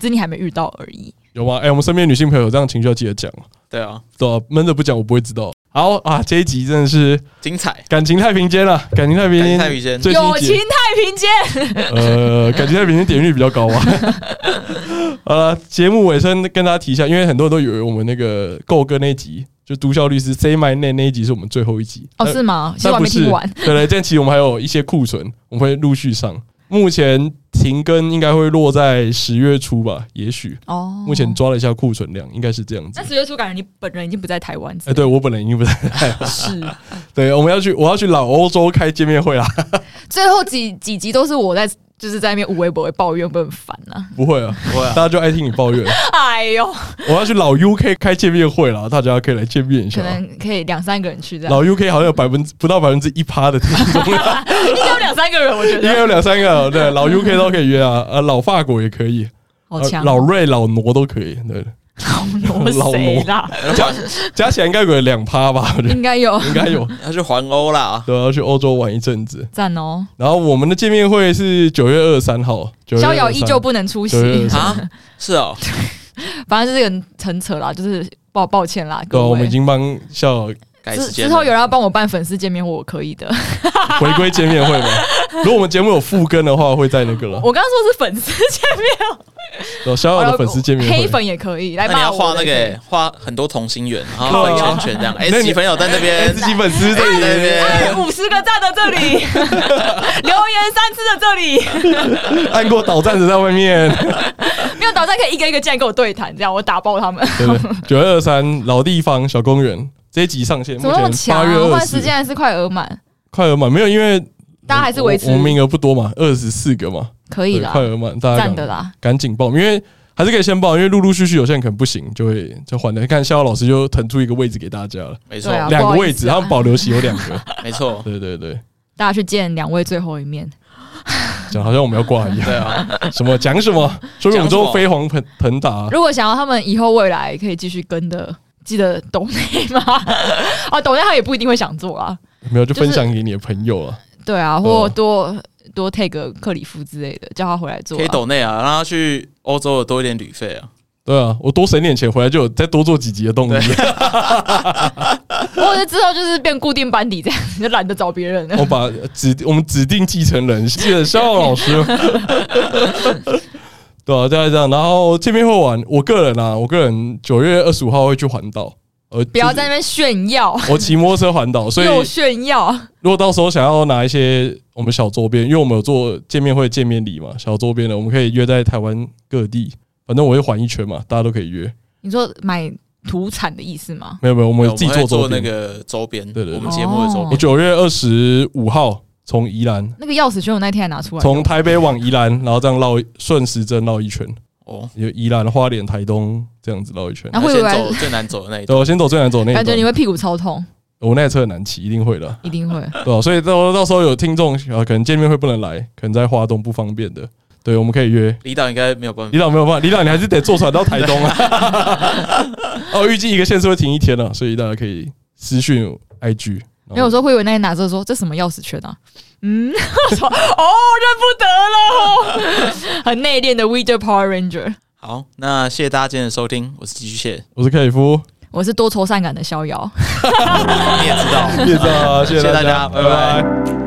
S1: 只是你还没遇到而已。
S2: 有吗？哎、我们身边女性朋友有这样情绪要记得讲，
S3: 对啊，
S2: 对啊闷着不讲，我不会知道。好啊，这一集真的是
S3: 精彩。
S2: 感情太平间了，感情太平
S3: 感谢
S2: 间，
S3: 太平间，
S2: 最新
S1: 友
S2: 一集
S1: 情太平间，
S2: 呃，感觉太平间点率比较高
S1: *laughs*
S2: 啊。好了，节目尾声跟大家提一下，因为很多人都以为我们那个够哥那一集，就毒枭律师 Say My Name 那一集是我们最后一集
S1: 哦，
S2: 但
S1: 是吗？其实
S2: 但
S1: 我还
S2: 呃不
S1: 没
S2: 是，
S1: 听完。
S2: 对对，但其实我们还有一些库存，我们会陆续上。目前停更应该会落在十月初吧，也许。
S1: 哦，
S2: 目前抓了一下库存量，应该是这样子
S1: 那。十月初感觉你本人已经不在台
S2: *laughs*
S1: 湾，
S2: 哎、对我本来已经不在，
S1: 是
S2: 对，我们要去，我要去老欧洲开见面会啦。
S1: 最后几几集都是我在。就是在那边无微不微抱怨，会很烦
S2: *laughs*
S1: 啊。
S2: 不会啊，
S3: 不会啊
S2: 大家就爱听你抱怨。
S1: 哎呦，
S2: 我要去老 UK 开见面会了，大家可以来见面一
S1: 可
S2: 下。
S1: 能可以两三个人去这样，
S2: 老 UK 好像有百分之不到百分之一趴的听
S1: *laughs*
S2: 众，
S1: 应
S2: *laughs*
S1: 该有两三个人，我觉
S2: 应该
S1: 得
S2: 有两三个。对，老 UK 都可以约啊，呃，老法国也可以，
S1: 好
S2: 呃
S1: 强哦。*laughs*
S2: 老瑞、老挪都可以。对，
S1: 我
S2: 老
S1: 谁啦？
S2: 加加起来应该有两趴吧，我觉得
S1: 应该有
S2: 应该有。 *laughs*
S3: 要去环欧啦，
S2: 对，要去欧洲玩一阵子。
S1: 赞哦。
S2: 然后我们的见面会是九月二三号，9月
S1: 逍遥
S2: 23
S1: 依旧不能出席
S2: 九，月23
S3: 啊，是哦，
S1: *laughs* 反正就是很很扯啦，就是抱抱歉啦，
S2: 对啊，
S1: 各
S2: 我们
S1: 位
S2: 已。经帮逍遥
S3: 改
S1: 之
S3: 时间
S1: 之
S3: 了
S1: 后有人要帮我办粉丝见面会，我可以
S2: *laughs*
S1: 的。
S2: 回归见面
S1: *laughs*
S2: 会嘛。如果我们节目有复更的话，会在那个了。
S1: 我刚刚说是粉丝见面会，
S2: 有逍遥的粉丝见面
S1: 哎黑
S2: 会，
S1: 粉也可以来
S3: 那你
S1: 骂
S3: 要
S1: 我
S3: 画
S1: 的
S3: 那
S1: 也可以。
S3: 个画很多同心圆，然
S2: 靠
S3: 后
S2: 腰
S3: 圈圈这样。哎
S2: 那，你
S3: 几朋友在那边
S2: 自，己粉丝这里
S3: 在那边，
S1: 哎五十个赞的这
S2: *laughs*
S1: 里，留言三次的这里，
S2: 按过导站子在外面。
S1: 没有导弹可以一个一个进来跟我对谈，这样我打爆他们。
S2: 对对，九月二三老地方小公园这一集上线，
S1: 怎
S2: 目
S1: 么那么
S2: 前
S1: 强、
S2: 八月
S1: 啊？
S2: 二
S1: 换
S2: 十
S1: 时，间还是快额满，
S2: 快额满没有？因为
S1: 大家还是维持
S2: 我我们名额不多嘛，二十四个嘛，
S1: 可以
S2: 对，
S1: 啦
S2: 快，额满，大家
S1: 赞
S2: 赶
S1: 的啦。
S2: 赶紧报名，因为还是可以先报，因为陆陆续续有些人可能不行，就会就换的。看逍遥老师就腾出一个位置给大家了，
S3: 没错
S1: 对，啊
S2: 两
S1: 不
S2: 个
S1: 好意思
S2: 位置，他们保留席有两个。
S3: 没错，
S2: 对对对，
S1: 大家去见两位最后一面，
S2: 讲好像我们要挂一样。
S3: 对啊，
S2: 什么讲什么，说明我们之后飞黄腾腾达。
S1: 如果想要他们以后未来可以继续跟的，记得抖内吗？ *laughs* 啊，抖内他也不一定会想做啊，
S2: 没有，就
S1: 就是
S2: 分享给你的朋友啊。
S1: 对啊，或
S2: 嗯
S1: 多、多 take 克里夫之类的，叫他回来做、啊。
S3: 可以抖内啊，让他去欧洲的多一点旅费啊。
S2: 对啊，我多省点钱回来就有再多做几集的动力。
S1: 或者之后就是变固定班底这样，就懒得找别人 *laughs* 了。
S2: 我把指我们指定继承人，
S1: *laughs*
S2: 记得肖遥老师。对啊，大概这样。然后见面会玩，我个人啊，我个人九月二十五号会去环岛，呃，
S1: 不要在那边炫耀，
S2: 就是我骑摩托车环岛，所
S1: *laughs*
S2: 以
S1: 又炫耀，
S2: 如果到时候想要拿一些我们小周边，因为我们有做见面会见面礼嘛，小周边的我们可以约在台湾各地，反正我会环一圈嘛，大家都可以约。
S1: 你说买土产的意思吗？
S2: 没有没有，我们
S3: 对
S2: 有
S3: 我
S2: 自己
S3: 们会
S2: 做周
S3: 做
S2: 边。
S3: 那个周边，
S2: 对对对
S3: 我们节目的周
S2: 我
S3: 边，
S2: 九月二十五号从宜兰，
S1: 那个钥匙圈我那天还拿出来用，
S2: 从台北往宜兰，然后这样绕顺时针绕一圈，
S3: 哦，
S2: 有宜兰、花莲、台东这样子绕一圈。
S1: 然后会
S3: 先
S1: 不会
S3: 走最难走的那一
S2: 对，
S3: 段，
S2: 我先走最难走那一
S1: 感觉你
S2: 段，
S1: 会屁股超痛，
S2: 我那台车很难骑，一定会的，
S1: 一定会。
S2: 对吧、啊所以到到时候有听众啊，可能见面会不能来，可能在花东不方便的，对，我们可以约。
S3: 离岛应该没有办法
S2: 李。导没有办法，李导你还是得坐船到台东啊。
S1: *laughs*
S2: 哦，预计一个县市会停一天了、啊所以大家可以私讯 IG。
S1: 没有，我，说会以为那天拿着说这什么钥匙圈啊？嗯， *laughs* 我说哦，认不得了， *laughs* 很内敛的 Witcher Power Ranger，
S3: 好，那谢谢大家今天的收听，我是寄居蟹，
S2: 我是克里夫，
S1: 我是多愁善感的逍遥。
S3: 你也知道。
S2: *laughs* 谢谢大家，谢
S3: 谢谢大
S2: 大家，
S3: 家拜拜
S2: 拜拜